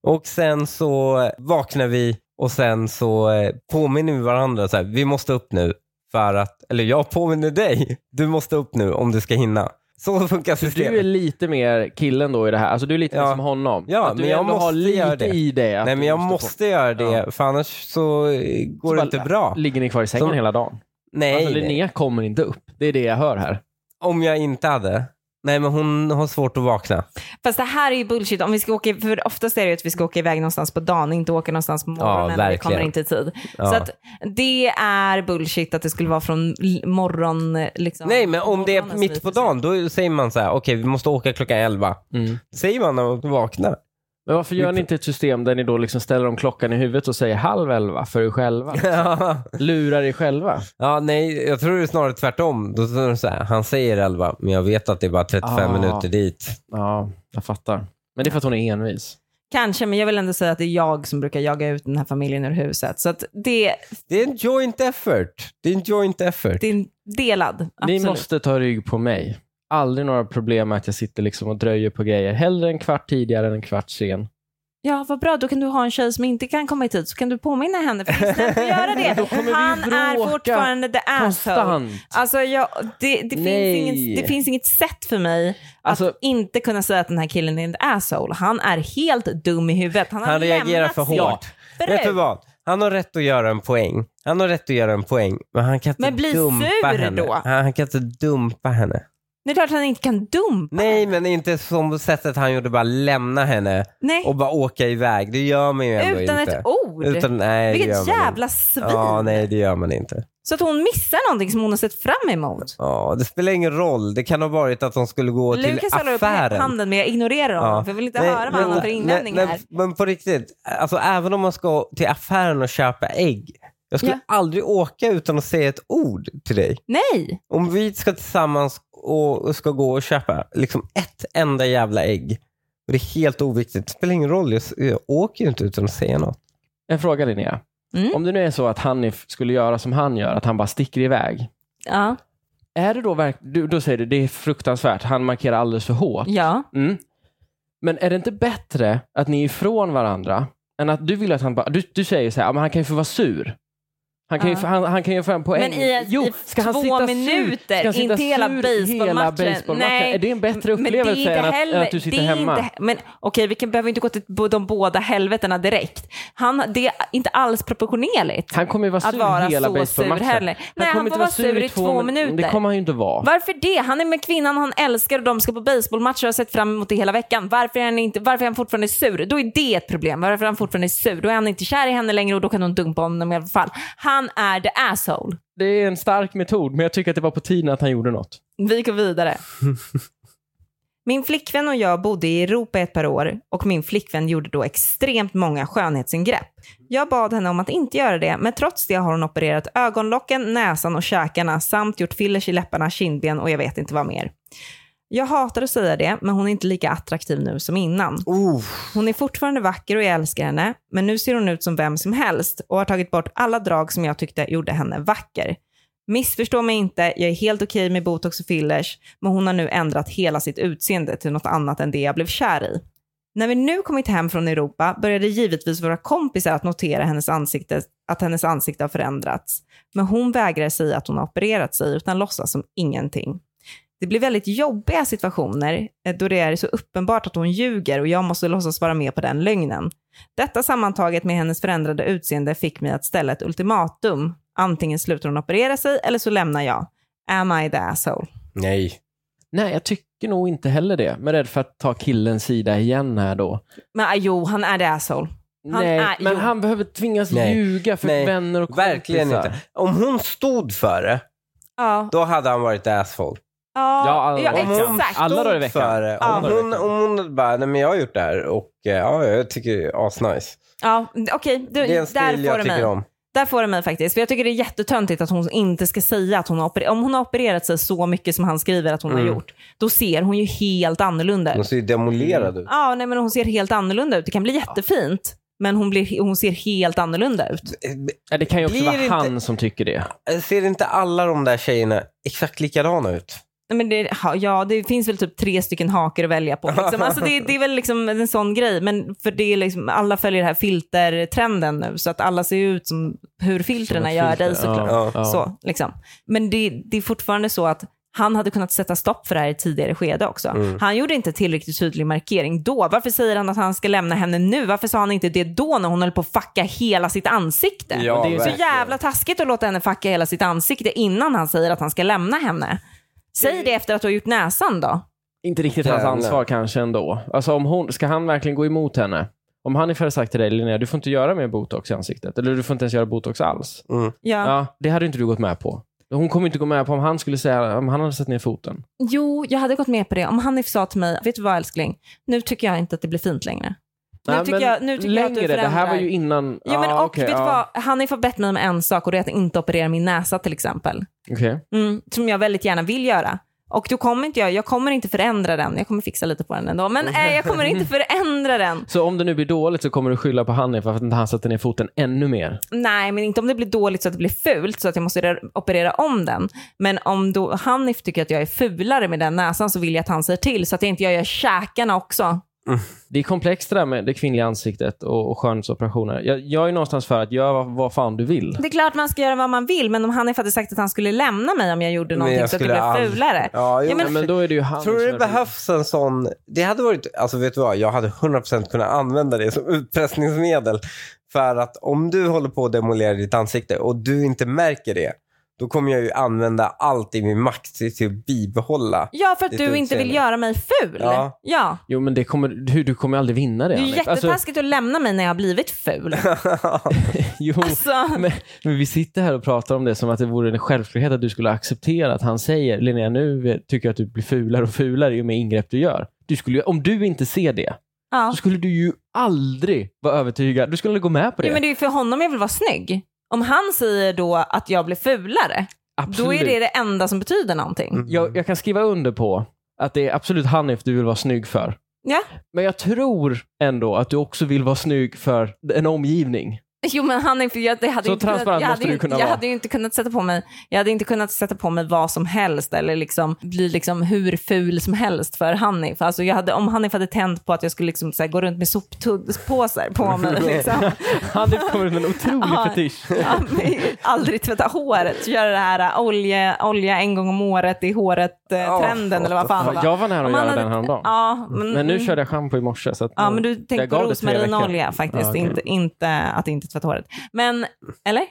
[SPEAKER 2] Och sen så vaknar vi och sen så eh, påminner vi varandra så här, vi måste upp nu för att, eller jag påminner dig, du måste upp nu om du ska hinna. Så funkar
[SPEAKER 3] Så Du är
[SPEAKER 2] systemet.
[SPEAKER 3] lite mer killen då i det här, alltså du är lite mer
[SPEAKER 2] Ja.
[SPEAKER 3] som honom.
[SPEAKER 2] Ja,
[SPEAKER 3] att du
[SPEAKER 2] men jag
[SPEAKER 3] ändå har
[SPEAKER 2] måste göra
[SPEAKER 3] lite
[SPEAKER 2] det.
[SPEAKER 3] i det. att
[SPEAKER 2] Nej men
[SPEAKER 3] du
[SPEAKER 2] jag
[SPEAKER 3] få-
[SPEAKER 2] måste göra det,
[SPEAKER 3] Ja.
[SPEAKER 2] för annars så eh, går
[SPEAKER 3] Så
[SPEAKER 2] det
[SPEAKER 3] bara- alltså,
[SPEAKER 2] inte bra.
[SPEAKER 3] Ligger ni kvar i sängen
[SPEAKER 2] Som-
[SPEAKER 3] hela dagen?
[SPEAKER 2] Nej,
[SPEAKER 3] Alltså
[SPEAKER 2] nej,
[SPEAKER 3] Linnea kommer inte upp, det är det jag hör här.
[SPEAKER 2] om jag inte hade. Nej men hon har svårt att vakna.
[SPEAKER 1] Fast det här är ju bullshit. Om vi ska åka, för oftast är det ju att vi ska åka iväg någonstans på dagen, inte åka någonstans på morgonen.
[SPEAKER 2] Ja,
[SPEAKER 1] vi kommer
[SPEAKER 2] verkligen.
[SPEAKER 1] inte i tid.
[SPEAKER 2] Ja.
[SPEAKER 1] Så att det är bullshit att det skulle vara från l- morgon. Liksom,
[SPEAKER 2] nej men om det är
[SPEAKER 1] morgonen som vi
[SPEAKER 2] mitt på
[SPEAKER 1] får
[SPEAKER 2] dagen, då säger man så här, okej vi måste åka klockan 11.
[SPEAKER 3] Mm.
[SPEAKER 2] Säger man när man vaknar.
[SPEAKER 3] Men varför gör ni inte ett system där ni då liksom ställer om klockan i huvudet och säger halv elva för er själva? Lurar er själva?
[SPEAKER 2] Ja, nej, jag tror det är snarare tvärtom. Då är det så här, han säger 11, men jag vet att det är bara 35
[SPEAKER 3] Ah.
[SPEAKER 2] minuter dit.
[SPEAKER 3] Ja, jag fattar. Men det är för att hon är envis.
[SPEAKER 1] se. Kanske, men jag vill ändå säga att det är jag som brukar jaga ut den här familjen ur huset. Så att det,
[SPEAKER 2] Det är en joint effort. Det är en joint effort.
[SPEAKER 1] det är delad. Absolut.
[SPEAKER 3] Ni måste ta rygg på mig. Aldrig några problem med att jag sitter liksom och dröjer på grejer. Hellre en kvart tidigare än en kvart sen.
[SPEAKER 1] Ja, vad bra. Då kan du ha en tjej som inte kan komma i tid, så kan du påminna henne. För det är snällt att göra
[SPEAKER 3] Då kommer vi
[SPEAKER 1] det. Han är
[SPEAKER 3] bråka
[SPEAKER 1] fortfarande the asshole.
[SPEAKER 3] Konstant.
[SPEAKER 1] Alltså, jag, det, det,
[SPEAKER 3] Nej.
[SPEAKER 1] finns inget, det finns inget sätt för mig att
[SPEAKER 3] Alltså-
[SPEAKER 1] inte kunna säga att den här killen är en asshole. Han är helt dum i huvudet. Han, har
[SPEAKER 2] Han reagerar
[SPEAKER 1] lämnat
[SPEAKER 2] för
[SPEAKER 1] sin
[SPEAKER 2] hårt.
[SPEAKER 1] brud.
[SPEAKER 2] Vet du vad? Han har rätt att göra en poäng. Han har rätt att göra en poäng, men han kan inte
[SPEAKER 1] Men bli
[SPEAKER 2] dumpa
[SPEAKER 1] sur
[SPEAKER 2] henne.
[SPEAKER 1] då.
[SPEAKER 2] Han, han kan inte dumpa henne.
[SPEAKER 1] Det är klart att han inte kan dumpa.
[SPEAKER 2] Nej, men inte som sättet han gjorde, bara lämna henne
[SPEAKER 1] Nej,
[SPEAKER 2] och bara åka iväg. Det gör man ju ändå
[SPEAKER 1] utan
[SPEAKER 2] inte.
[SPEAKER 1] ett ord.
[SPEAKER 2] Utan, nej, det gör
[SPEAKER 1] Vilket
[SPEAKER 2] man
[SPEAKER 1] jävla svin.
[SPEAKER 2] inte. Ja, nej, det gör man inte.
[SPEAKER 1] Så att hon missar någonting som hon har sett fram emot.
[SPEAKER 2] Ja, det spelar ingen roll. Det kan ha varit att de skulle gå till
[SPEAKER 1] Lukas håller upp
[SPEAKER 2] affären.
[SPEAKER 1] handen men jag ignorerar honom
[SPEAKER 2] Ja.
[SPEAKER 1] för jag vill inte
[SPEAKER 2] Nej,
[SPEAKER 1] höra vad han har för
[SPEAKER 2] men-
[SPEAKER 1] invändning
[SPEAKER 2] nej,
[SPEAKER 1] här.
[SPEAKER 2] nej, Men på riktigt, alltså, även om man ska till affären och köpa ägg. Jag skulle aldrig åka utan att säga ett ord till dig.
[SPEAKER 1] Nej,
[SPEAKER 2] Om vi ska tillsammans och och ska gå och köpa liksom ett enda jävla ägg. Och det är helt oviktigt. Det spelar ingen roll. Jag, s- jag åker ju inte utan att säga något.
[SPEAKER 3] En fråga Linnea.
[SPEAKER 1] Mm.
[SPEAKER 3] Om det nu är så att Hanif skulle göra som han gör, att han bara sticker iväg.
[SPEAKER 1] ja,
[SPEAKER 3] Är det då verk- du, Då säger du det är fruktansvärt, han markerar alldeles för hårt.
[SPEAKER 1] ja.
[SPEAKER 3] Mm. Men är det inte bättre att ni är ifrån varandra än att du vill att han bara... Du, du säger så här, "Ja, men han kan ju få vara sur. Han kan, ju,
[SPEAKER 1] Ja.
[SPEAKER 3] få- han, han kan ju få en poäng.
[SPEAKER 1] Men i,
[SPEAKER 3] Jo,
[SPEAKER 1] i
[SPEAKER 3] ska han
[SPEAKER 1] två
[SPEAKER 3] sitta sur?
[SPEAKER 1] minuter,
[SPEAKER 3] Ska han sitta
[SPEAKER 1] inte hela
[SPEAKER 3] sur i
[SPEAKER 1] baseballmatchen.
[SPEAKER 3] hela baseballmatchen?
[SPEAKER 1] Nej.
[SPEAKER 3] Är det en bättre
[SPEAKER 1] Men det är
[SPEAKER 3] upplevelse
[SPEAKER 1] inte
[SPEAKER 3] än, att,
[SPEAKER 1] heller-
[SPEAKER 3] än att du sitter
[SPEAKER 1] det är
[SPEAKER 3] hemma?
[SPEAKER 1] Inte, men okej, vi kan, behöver inte gå till bo- de båda helvetena direkt. Han, det är inte alls proportionerligt
[SPEAKER 3] Han kommer ju vara
[SPEAKER 1] att
[SPEAKER 3] sur
[SPEAKER 1] vara
[SPEAKER 3] hela
[SPEAKER 1] så sur
[SPEAKER 3] baseballmatchen.
[SPEAKER 1] heller. Nej, han
[SPEAKER 3] kommer
[SPEAKER 1] får
[SPEAKER 3] inte
[SPEAKER 1] vara sur i två
[SPEAKER 3] min-
[SPEAKER 1] minuter.
[SPEAKER 3] Det kommer han ju inte vara.
[SPEAKER 1] Varför det? Han är med kvinnan han älskar och de ska på baseballmatcher och har sett fram emot det hela veckan. Varför är, han inte, varför är han fortfarande sur? Då är det ett problem. Varför är han fortfarande sur? Då är han inte kär i henne längre och då kan hon dumpa honom i alla fall. Han är the asshole.
[SPEAKER 3] Det är en stark metod, men jag tycker att det var på tiden att han gjorde något.
[SPEAKER 1] Vi går vidare. Min flickvän och jag bodde i Europa ett par år och min flickvän gjorde då extremt många skönhetsingrepp. Jag bad henne om att inte göra det, men trots det har hon opererat ögonlocken, näsan och käkarna samt gjort fillers i läpparna, kindben och jag vet inte vad mer. Jag hatar att säga det, men hon är inte lika attraktiv nu som innan. Hon är fortfarande vacker och jag älskar henne, men nu ser hon ut som vem som helst och har tagit bort alla drag som jag tyckte gjorde henne vacker. Missförstå mig inte, jag är helt okej med botox och fillers, men hon har nu ändrat hela sitt utseende till något annat än det jag blev kär i. När vi nu kommit hem från Europa började givetvis våra kompisar att notera hennes ansikte, att hennes ansikte har förändrats. Men hon vägrar säga att hon har opererat sig utan låtsas som ingenting. Det blir väldigt jobbiga situationer eh, då det är så uppenbart att hon ljuger och jag måste låtsas vara med på den lögnen. Detta sammantaget med hennes förändrade utseende fick mig att ställa ett ultimatum. Antingen slutar hon operera sig eller så lämnar jag. Am I the asshole?
[SPEAKER 2] Nej.
[SPEAKER 3] Nej, jag tycker nog inte heller det. Men rädd för att ta killens sida igen här då.
[SPEAKER 1] Men ah, jo, han är the asshole. Han
[SPEAKER 3] Nej,
[SPEAKER 1] är-
[SPEAKER 3] men
[SPEAKER 1] jo.
[SPEAKER 3] han behöver tvingas
[SPEAKER 2] Nej.
[SPEAKER 3] ljuga för
[SPEAKER 2] Nej,
[SPEAKER 3] vänner och kompisar.
[SPEAKER 2] Verkligen inte. Om hon stod för det,
[SPEAKER 1] Ja,
[SPEAKER 2] då hade han varit asshole.
[SPEAKER 1] ja,
[SPEAKER 3] Ja,
[SPEAKER 1] ja,
[SPEAKER 3] om hon-
[SPEAKER 1] exakt.
[SPEAKER 3] Alla dagar i
[SPEAKER 2] Stod
[SPEAKER 3] veckan.
[SPEAKER 2] För det.
[SPEAKER 1] Ja.
[SPEAKER 2] Om, hon, om hon hade bara, nej men jag har gjort det här och eh, ja, jag tycker det är asnice.
[SPEAKER 1] Ja, okej, du,
[SPEAKER 2] Det är en
[SPEAKER 1] där
[SPEAKER 2] stil
[SPEAKER 1] får
[SPEAKER 2] jag
[SPEAKER 1] du
[SPEAKER 2] tycker
[SPEAKER 1] mig.
[SPEAKER 2] om.
[SPEAKER 1] Där får du mig faktiskt. För jag tycker det är jättetöntigt att hon inte ska säga att hon har opererat. Om hon har opererat sig så mycket som han skriver att hon
[SPEAKER 2] Mm.
[SPEAKER 1] har gjort, då ser hon ju helt annorlunda
[SPEAKER 2] Hon
[SPEAKER 1] ut.
[SPEAKER 2] ser ju demolerad ut.
[SPEAKER 1] Ja, nej men hon ser helt annorlunda ut. Det kan bli jättefint, men hon, blir, hon ser helt annorlunda ut.
[SPEAKER 3] Ja, det kan ju också
[SPEAKER 2] Blir
[SPEAKER 3] vara
[SPEAKER 2] inte-
[SPEAKER 3] han som tycker det.
[SPEAKER 2] Eh, Ser inte alla de där tjejerna exakt likadana ut?
[SPEAKER 1] Nej, Men det, ha- ja, det finns väl typ tre stycken haker att välja på. Liksom. Alltså det, det är väl liksom en sån grej. Men för det är liksom, alla följer den här filtertrenden nu, så att alla ser ut som hur filtrerna
[SPEAKER 3] Som ett
[SPEAKER 1] gör
[SPEAKER 3] filter.
[SPEAKER 1] dig såklart.
[SPEAKER 3] Ja, ja.
[SPEAKER 1] Så, liksom. Men det, det är fortfarande så att han hade kunnat sätta stopp för det här i ett tidigare skede också.
[SPEAKER 3] Mm.
[SPEAKER 1] Han gjorde inte tillräckligt tydlig markering då. Varför säger han att han ska lämna henne nu? Varför sa han inte det då när hon höll på att fucka hela sitt ansikte?
[SPEAKER 2] Ja,
[SPEAKER 1] det är så
[SPEAKER 2] verkligen.
[SPEAKER 1] jävla taskigt att låta henne fucka hela sitt ansikte innan han säger att han ska lämna henne. Säg
[SPEAKER 3] Mm.
[SPEAKER 1] det efter att du har gjort näsan då.
[SPEAKER 3] Inte riktigt hans
[SPEAKER 2] Jävlar.
[SPEAKER 3] ansvar kanske ändå. Alltså om hon, ska han verkligen gå emot henne? Om han hade sagt till dig, Linnea, du får inte göra mer botox i ansiktet. Eller du får inte ens göra botox alls.
[SPEAKER 2] Mm.
[SPEAKER 1] Ja.
[SPEAKER 3] Ja. det hade inte du gått med på. Hon kommer inte gå med på om han skulle säga, om han hade satt ner foten.
[SPEAKER 1] Jo, jag hade gått med på det om Hanif sa till mig, vet du vad älskling, nu tycker jag inte att det blir fint längre. Nu
[SPEAKER 3] Nej,
[SPEAKER 1] tycker
[SPEAKER 3] men
[SPEAKER 1] jag- nu tycker jag
[SPEAKER 3] längre,
[SPEAKER 1] att du
[SPEAKER 3] Det här var
[SPEAKER 1] förändrar.
[SPEAKER 3] ju innan...
[SPEAKER 1] Jo, men
[SPEAKER 3] Ja,
[SPEAKER 1] och
[SPEAKER 3] okej,
[SPEAKER 1] vet du
[SPEAKER 3] ja.
[SPEAKER 1] vad, Hanif har bett mig om en sak och det är att inte operera min näsa till exempel.
[SPEAKER 3] Okej.
[SPEAKER 1] Mm, som jag väldigt gärna vill göra. Och då kommer inte jag, jag kommer inte förändra den. Jag kommer fixa lite på den ändå, men eh, jag kommer inte förändra den.
[SPEAKER 3] Så om det nu blir dåligt så kommer du skylla på Hanif för att inte han satte ner foten ännu mer.
[SPEAKER 1] Nej, men inte om det blir dåligt så att det blir fult så att jag måste re- operera om den. Men om då Hanif tycker att jag är fulare med den näsan så vill jag att han säger till så att jag inte jag gör käkarna också.
[SPEAKER 3] Det är komplext det där med det kvinnliga ansiktet och, och skönhetsoperationer. Jag, jag är någonstans för att göra vad, vad fan du vill.
[SPEAKER 1] Det är klart man ska göra vad man vill, men om han hade sagt att han skulle lämna mig om jag gjorde
[SPEAKER 2] Men
[SPEAKER 1] någonting
[SPEAKER 2] jag
[SPEAKER 1] så att det
[SPEAKER 2] skulle
[SPEAKER 1] blev
[SPEAKER 2] aldrig-
[SPEAKER 1] fulare.
[SPEAKER 2] Ja, jo,
[SPEAKER 1] Ja, men-
[SPEAKER 2] men,
[SPEAKER 3] Men då är det ju han
[SPEAKER 2] tror
[SPEAKER 3] som
[SPEAKER 2] du
[SPEAKER 3] är-
[SPEAKER 2] det behövs en sån... Det hade varit... Alltså vet du vad? Jag hade 100% kunnat använda det som utpressningsmedel. För att om du håller på att demolera ditt ansikte och du inte märker det, då kommer jag ju använda allt i min makt till att bibehålla.
[SPEAKER 1] Ja, för att
[SPEAKER 2] Ditt
[SPEAKER 1] du inte vill
[SPEAKER 2] utseende.
[SPEAKER 1] göra mig ful.
[SPEAKER 2] Ja.
[SPEAKER 1] ja.
[SPEAKER 3] Jo, men det kommer, du, du kommer aldrig vinna det.
[SPEAKER 1] Det är ju
[SPEAKER 3] Alex. Alltså,
[SPEAKER 1] jättetaskigt att lämna mig när jag har blivit ful.
[SPEAKER 3] jo,
[SPEAKER 1] Alltså,
[SPEAKER 3] men, men vi sitter här och pratar om det som att det vore en självklarhet att du skulle acceptera att han säger Linnea, nu eh, tycker jag att du blir fulare och fulare ju med ingrepp du gör. Du skulle, ju- om du inte ser det,
[SPEAKER 1] ja.
[SPEAKER 3] så skulle du ju aldrig vara övertygad. Du skulle aldrig gå med på det.
[SPEAKER 1] Jo, men det är ju för honom jag vill vara snygg. Om han säger då att jag blir fulare,
[SPEAKER 3] Absolut.
[SPEAKER 1] då är det det enda som betyder någonting.
[SPEAKER 2] Mm.
[SPEAKER 3] jag, jag kan skriva under på att det är absolut Hanif du vill vara snygg för.
[SPEAKER 1] Ja.
[SPEAKER 3] Men jag tror ändå att du också vill vara snygg för en omgivning.
[SPEAKER 1] Jo men han är, för jag, det hade
[SPEAKER 3] Så
[SPEAKER 1] inte kunnat-
[SPEAKER 3] transparent
[SPEAKER 1] jag hade
[SPEAKER 3] måste du
[SPEAKER 1] ju-
[SPEAKER 3] kunna
[SPEAKER 1] jag
[SPEAKER 3] vara.
[SPEAKER 1] Hade ju inte kunnat sätta på mig, jag hade inte kunnat sätta på mig vad som helst eller liksom bli liksom hur ful som helst för Hanif. Alltså jag hade, om Hanif hade tänt på att jag skulle liksom så här, gå runt med soppåsar på mig. Liksom.
[SPEAKER 3] Hanif kommer ut med en otrolig
[SPEAKER 1] Ja.
[SPEAKER 3] fetisch.
[SPEAKER 1] Ja, men aldrig tvätta håret, göra det här äh, olja, olja en gång om året i
[SPEAKER 2] Ja,
[SPEAKER 1] håret-trenden eller vad fan det var.
[SPEAKER 3] Jag var nära att
[SPEAKER 1] Om han
[SPEAKER 3] göra
[SPEAKER 1] hade-
[SPEAKER 3] den häromdagen.
[SPEAKER 1] Ja, men, mm.
[SPEAKER 3] Men nu körde jag shampoo i morse. Så att
[SPEAKER 1] ja, men du tänkte
[SPEAKER 3] jag gav
[SPEAKER 1] på
[SPEAKER 3] det tre veckor.
[SPEAKER 1] rosmarinolja faktiskt,
[SPEAKER 3] Ja, okej.
[SPEAKER 1] inte, inte att inte tvätta håret. Men, eller?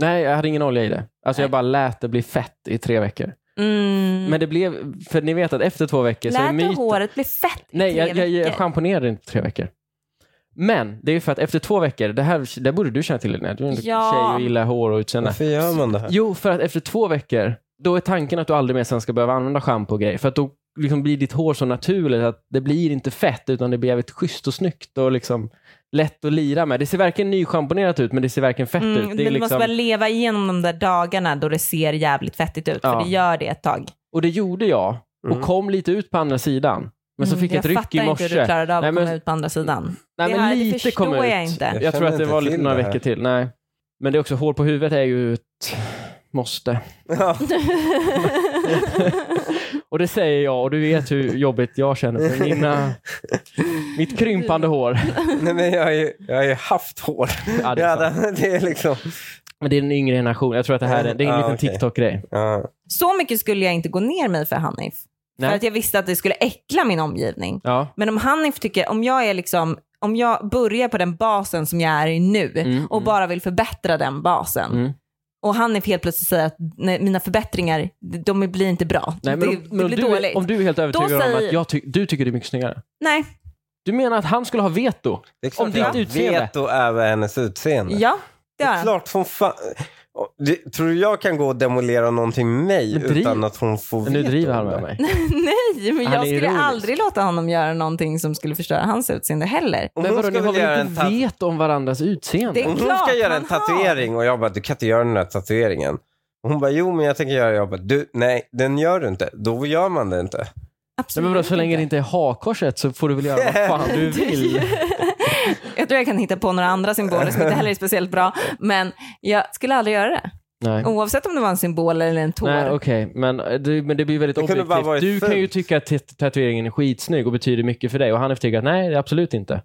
[SPEAKER 3] Nej, jag hade ingen olja i det. Alltså
[SPEAKER 1] Nej.
[SPEAKER 3] jag bara lät det bli fett i tre veckor.
[SPEAKER 1] Mm.
[SPEAKER 3] Men det blev, för ni vet att efter två veckor så är
[SPEAKER 1] Lät du
[SPEAKER 3] myten...
[SPEAKER 1] håret bli fett i
[SPEAKER 3] Nej,
[SPEAKER 1] tre
[SPEAKER 3] jag, jag, jag
[SPEAKER 1] veckor?
[SPEAKER 3] schamponerade inte tre veckor. Men det är ju för att efter två veckor, det här det borde du känna till Linnea, du är en
[SPEAKER 1] Ja.
[SPEAKER 3] tjej och gillar hår och utseende.
[SPEAKER 2] Varför gör man det här?
[SPEAKER 3] Jo, för att efter två veckor, då är tanken att du aldrig mer sen ska behöva använda schampo och grejer. För att då liksom blir ditt hår så naturligt att det blir inte fett, utan det blir jävligt schysst och snyggt och liksom lätt att lira med. Det ser verkligen nyschamponerat ut, men det ser verkligen fett
[SPEAKER 1] Mm,
[SPEAKER 3] ut.
[SPEAKER 1] men
[SPEAKER 3] Det är
[SPEAKER 1] Du måste
[SPEAKER 3] liksom...
[SPEAKER 1] bara leva igenom de där dagarna då det ser jävligt fettigt ut, för
[SPEAKER 3] Ja.
[SPEAKER 1] det gör det ett tag.
[SPEAKER 3] Och det gjorde jag, och
[SPEAKER 2] Mm.
[SPEAKER 3] kom lite ut på andra sidan. Men så
[SPEAKER 1] Mm,
[SPEAKER 3] fick jag ett ryck i
[SPEAKER 1] fattar inte hur du
[SPEAKER 3] morse.
[SPEAKER 1] klarade av
[SPEAKER 3] Nej,
[SPEAKER 1] att
[SPEAKER 3] men-
[SPEAKER 1] komma ut på andra sidan.
[SPEAKER 3] Nej,
[SPEAKER 1] det,
[SPEAKER 3] men
[SPEAKER 1] här, det
[SPEAKER 3] lite
[SPEAKER 1] förstår
[SPEAKER 3] kom ut.
[SPEAKER 1] jag inte.
[SPEAKER 2] Jag
[SPEAKER 3] Jag tror
[SPEAKER 2] känner
[SPEAKER 3] att det
[SPEAKER 2] inte
[SPEAKER 3] var lite
[SPEAKER 2] till
[SPEAKER 3] några
[SPEAKER 2] det här.
[SPEAKER 3] veckor till. Nej. Men det är också, hår på huvudet är ju ett måste.
[SPEAKER 2] Ja.
[SPEAKER 3] Och det säger jag och du vet hur jobbigt jag känner för mina, mitt krympande hår.
[SPEAKER 2] Nej, men jag har ju, jag har ju haft hår.
[SPEAKER 3] Ja, det är
[SPEAKER 2] Ja,
[SPEAKER 3] sant.
[SPEAKER 2] det, det är liksom...
[SPEAKER 3] Men det är en yngre generation. Jag tror att det här är, det är en
[SPEAKER 2] Ja,
[SPEAKER 3] liten
[SPEAKER 2] okej.
[SPEAKER 3] TikTok-grej.
[SPEAKER 2] Ja.
[SPEAKER 1] Så mycket skulle jag inte gå ner mig för Hanif. För
[SPEAKER 3] Nej.
[SPEAKER 1] att jag visste att det skulle äckla min omgivning.
[SPEAKER 3] Ja.
[SPEAKER 1] Men om Hanif tycker, om jag är liksom, om jag börjar på den basen som jag är i nu
[SPEAKER 3] Mm,
[SPEAKER 1] och
[SPEAKER 3] mm.
[SPEAKER 1] bara vill förbättra den basen.
[SPEAKER 3] Mm.
[SPEAKER 1] Och Hanif helt plötsligt säger att nej, mina förbättringar, de blir inte bra.
[SPEAKER 3] Nej, men
[SPEAKER 1] det,
[SPEAKER 3] om, men
[SPEAKER 1] det
[SPEAKER 3] om,
[SPEAKER 1] blir
[SPEAKER 3] du,
[SPEAKER 1] dåligt.
[SPEAKER 3] är- om du är helt övertygad om
[SPEAKER 1] säger-
[SPEAKER 3] att jag ty, du tycker det är mycket snyggare.
[SPEAKER 1] Nej,
[SPEAKER 3] Du menar att han skulle ha veto?
[SPEAKER 2] Det är klart
[SPEAKER 3] Om ditt
[SPEAKER 2] jag
[SPEAKER 3] utseende.
[SPEAKER 2] vet då över hennes utseende.
[SPEAKER 1] ja, det
[SPEAKER 2] Det
[SPEAKER 1] har
[SPEAKER 2] är
[SPEAKER 1] han.
[SPEAKER 2] klart som fan. Det, tror du jag kan gå och demolera någonting med mig
[SPEAKER 3] Men driv-
[SPEAKER 2] utan att hon får
[SPEAKER 3] Men nu
[SPEAKER 2] veta
[SPEAKER 3] driver
[SPEAKER 2] om
[SPEAKER 3] han med
[SPEAKER 2] det?
[SPEAKER 3] mig.
[SPEAKER 1] Nej, men
[SPEAKER 3] Han
[SPEAKER 1] jag
[SPEAKER 3] är
[SPEAKER 1] skulle
[SPEAKER 3] ironisk.
[SPEAKER 1] aldrig låta honom göra någonting som skulle förstöra hans utseende heller.
[SPEAKER 2] Om
[SPEAKER 3] Men
[SPEAKER 2] hon
[SPEAKER 3] vadå, ni
[SPEAKER 2] ska
[SPEAKER 3] har
[SPEAKER 2] väl göra
[SPEAKER 3] väl
[SPEAKER 2] en
[SPEAKER 3] inte
[SPEAKER 2] tatu-
[SPEAKER 3] vet om varandras utseende?
[SPEAKER 1] Det är
[SPEAKER 2] om hon
[SPEAKER 1] klart
[SPEAKER 2] ska göra en
[SPEAKER 1] han har.
[SPEAKER 2] tatuering och jag bara, du kan inte göra den här tatueringen. Och hon bara, jo men jag tänker göra det. Jag bara, du, nej den gör du inte. Då gör man det inte.
[SPEAKER 3] Nej,
[SPEAKER 1] Absolut
[SPEAKER 3] men vadå, så länge det
[SPEAKER 1] inte.
[SPEAKER 3] inte är hakkorset så får du väl göra vad fan du vill.
[SPEAKER 1] Jag tror jag kan hitta på några andra symboler som inte heller är speciellt bra, men jag skulle aldrig göra det.
[SPEAKER 3] Nej.
[SPEAKER 1] Oavsett om det var en symbol eller en tår.
[SPEAKER 3] Nej, okej. Men, eh, det- men det blir väldigt
[SPEAKER 2] Det kunde bara
[SPEAKER 3] objektivt.
[SPEAKER 2] varit
[SPEAKER 3] Du kan ju
[SPEAKER 2] fult.
[SPEAKER 3] tycka att tat- tatueringen är skitsnygg och betyder mycket för dig och han tycker att nej, det är absolut inte.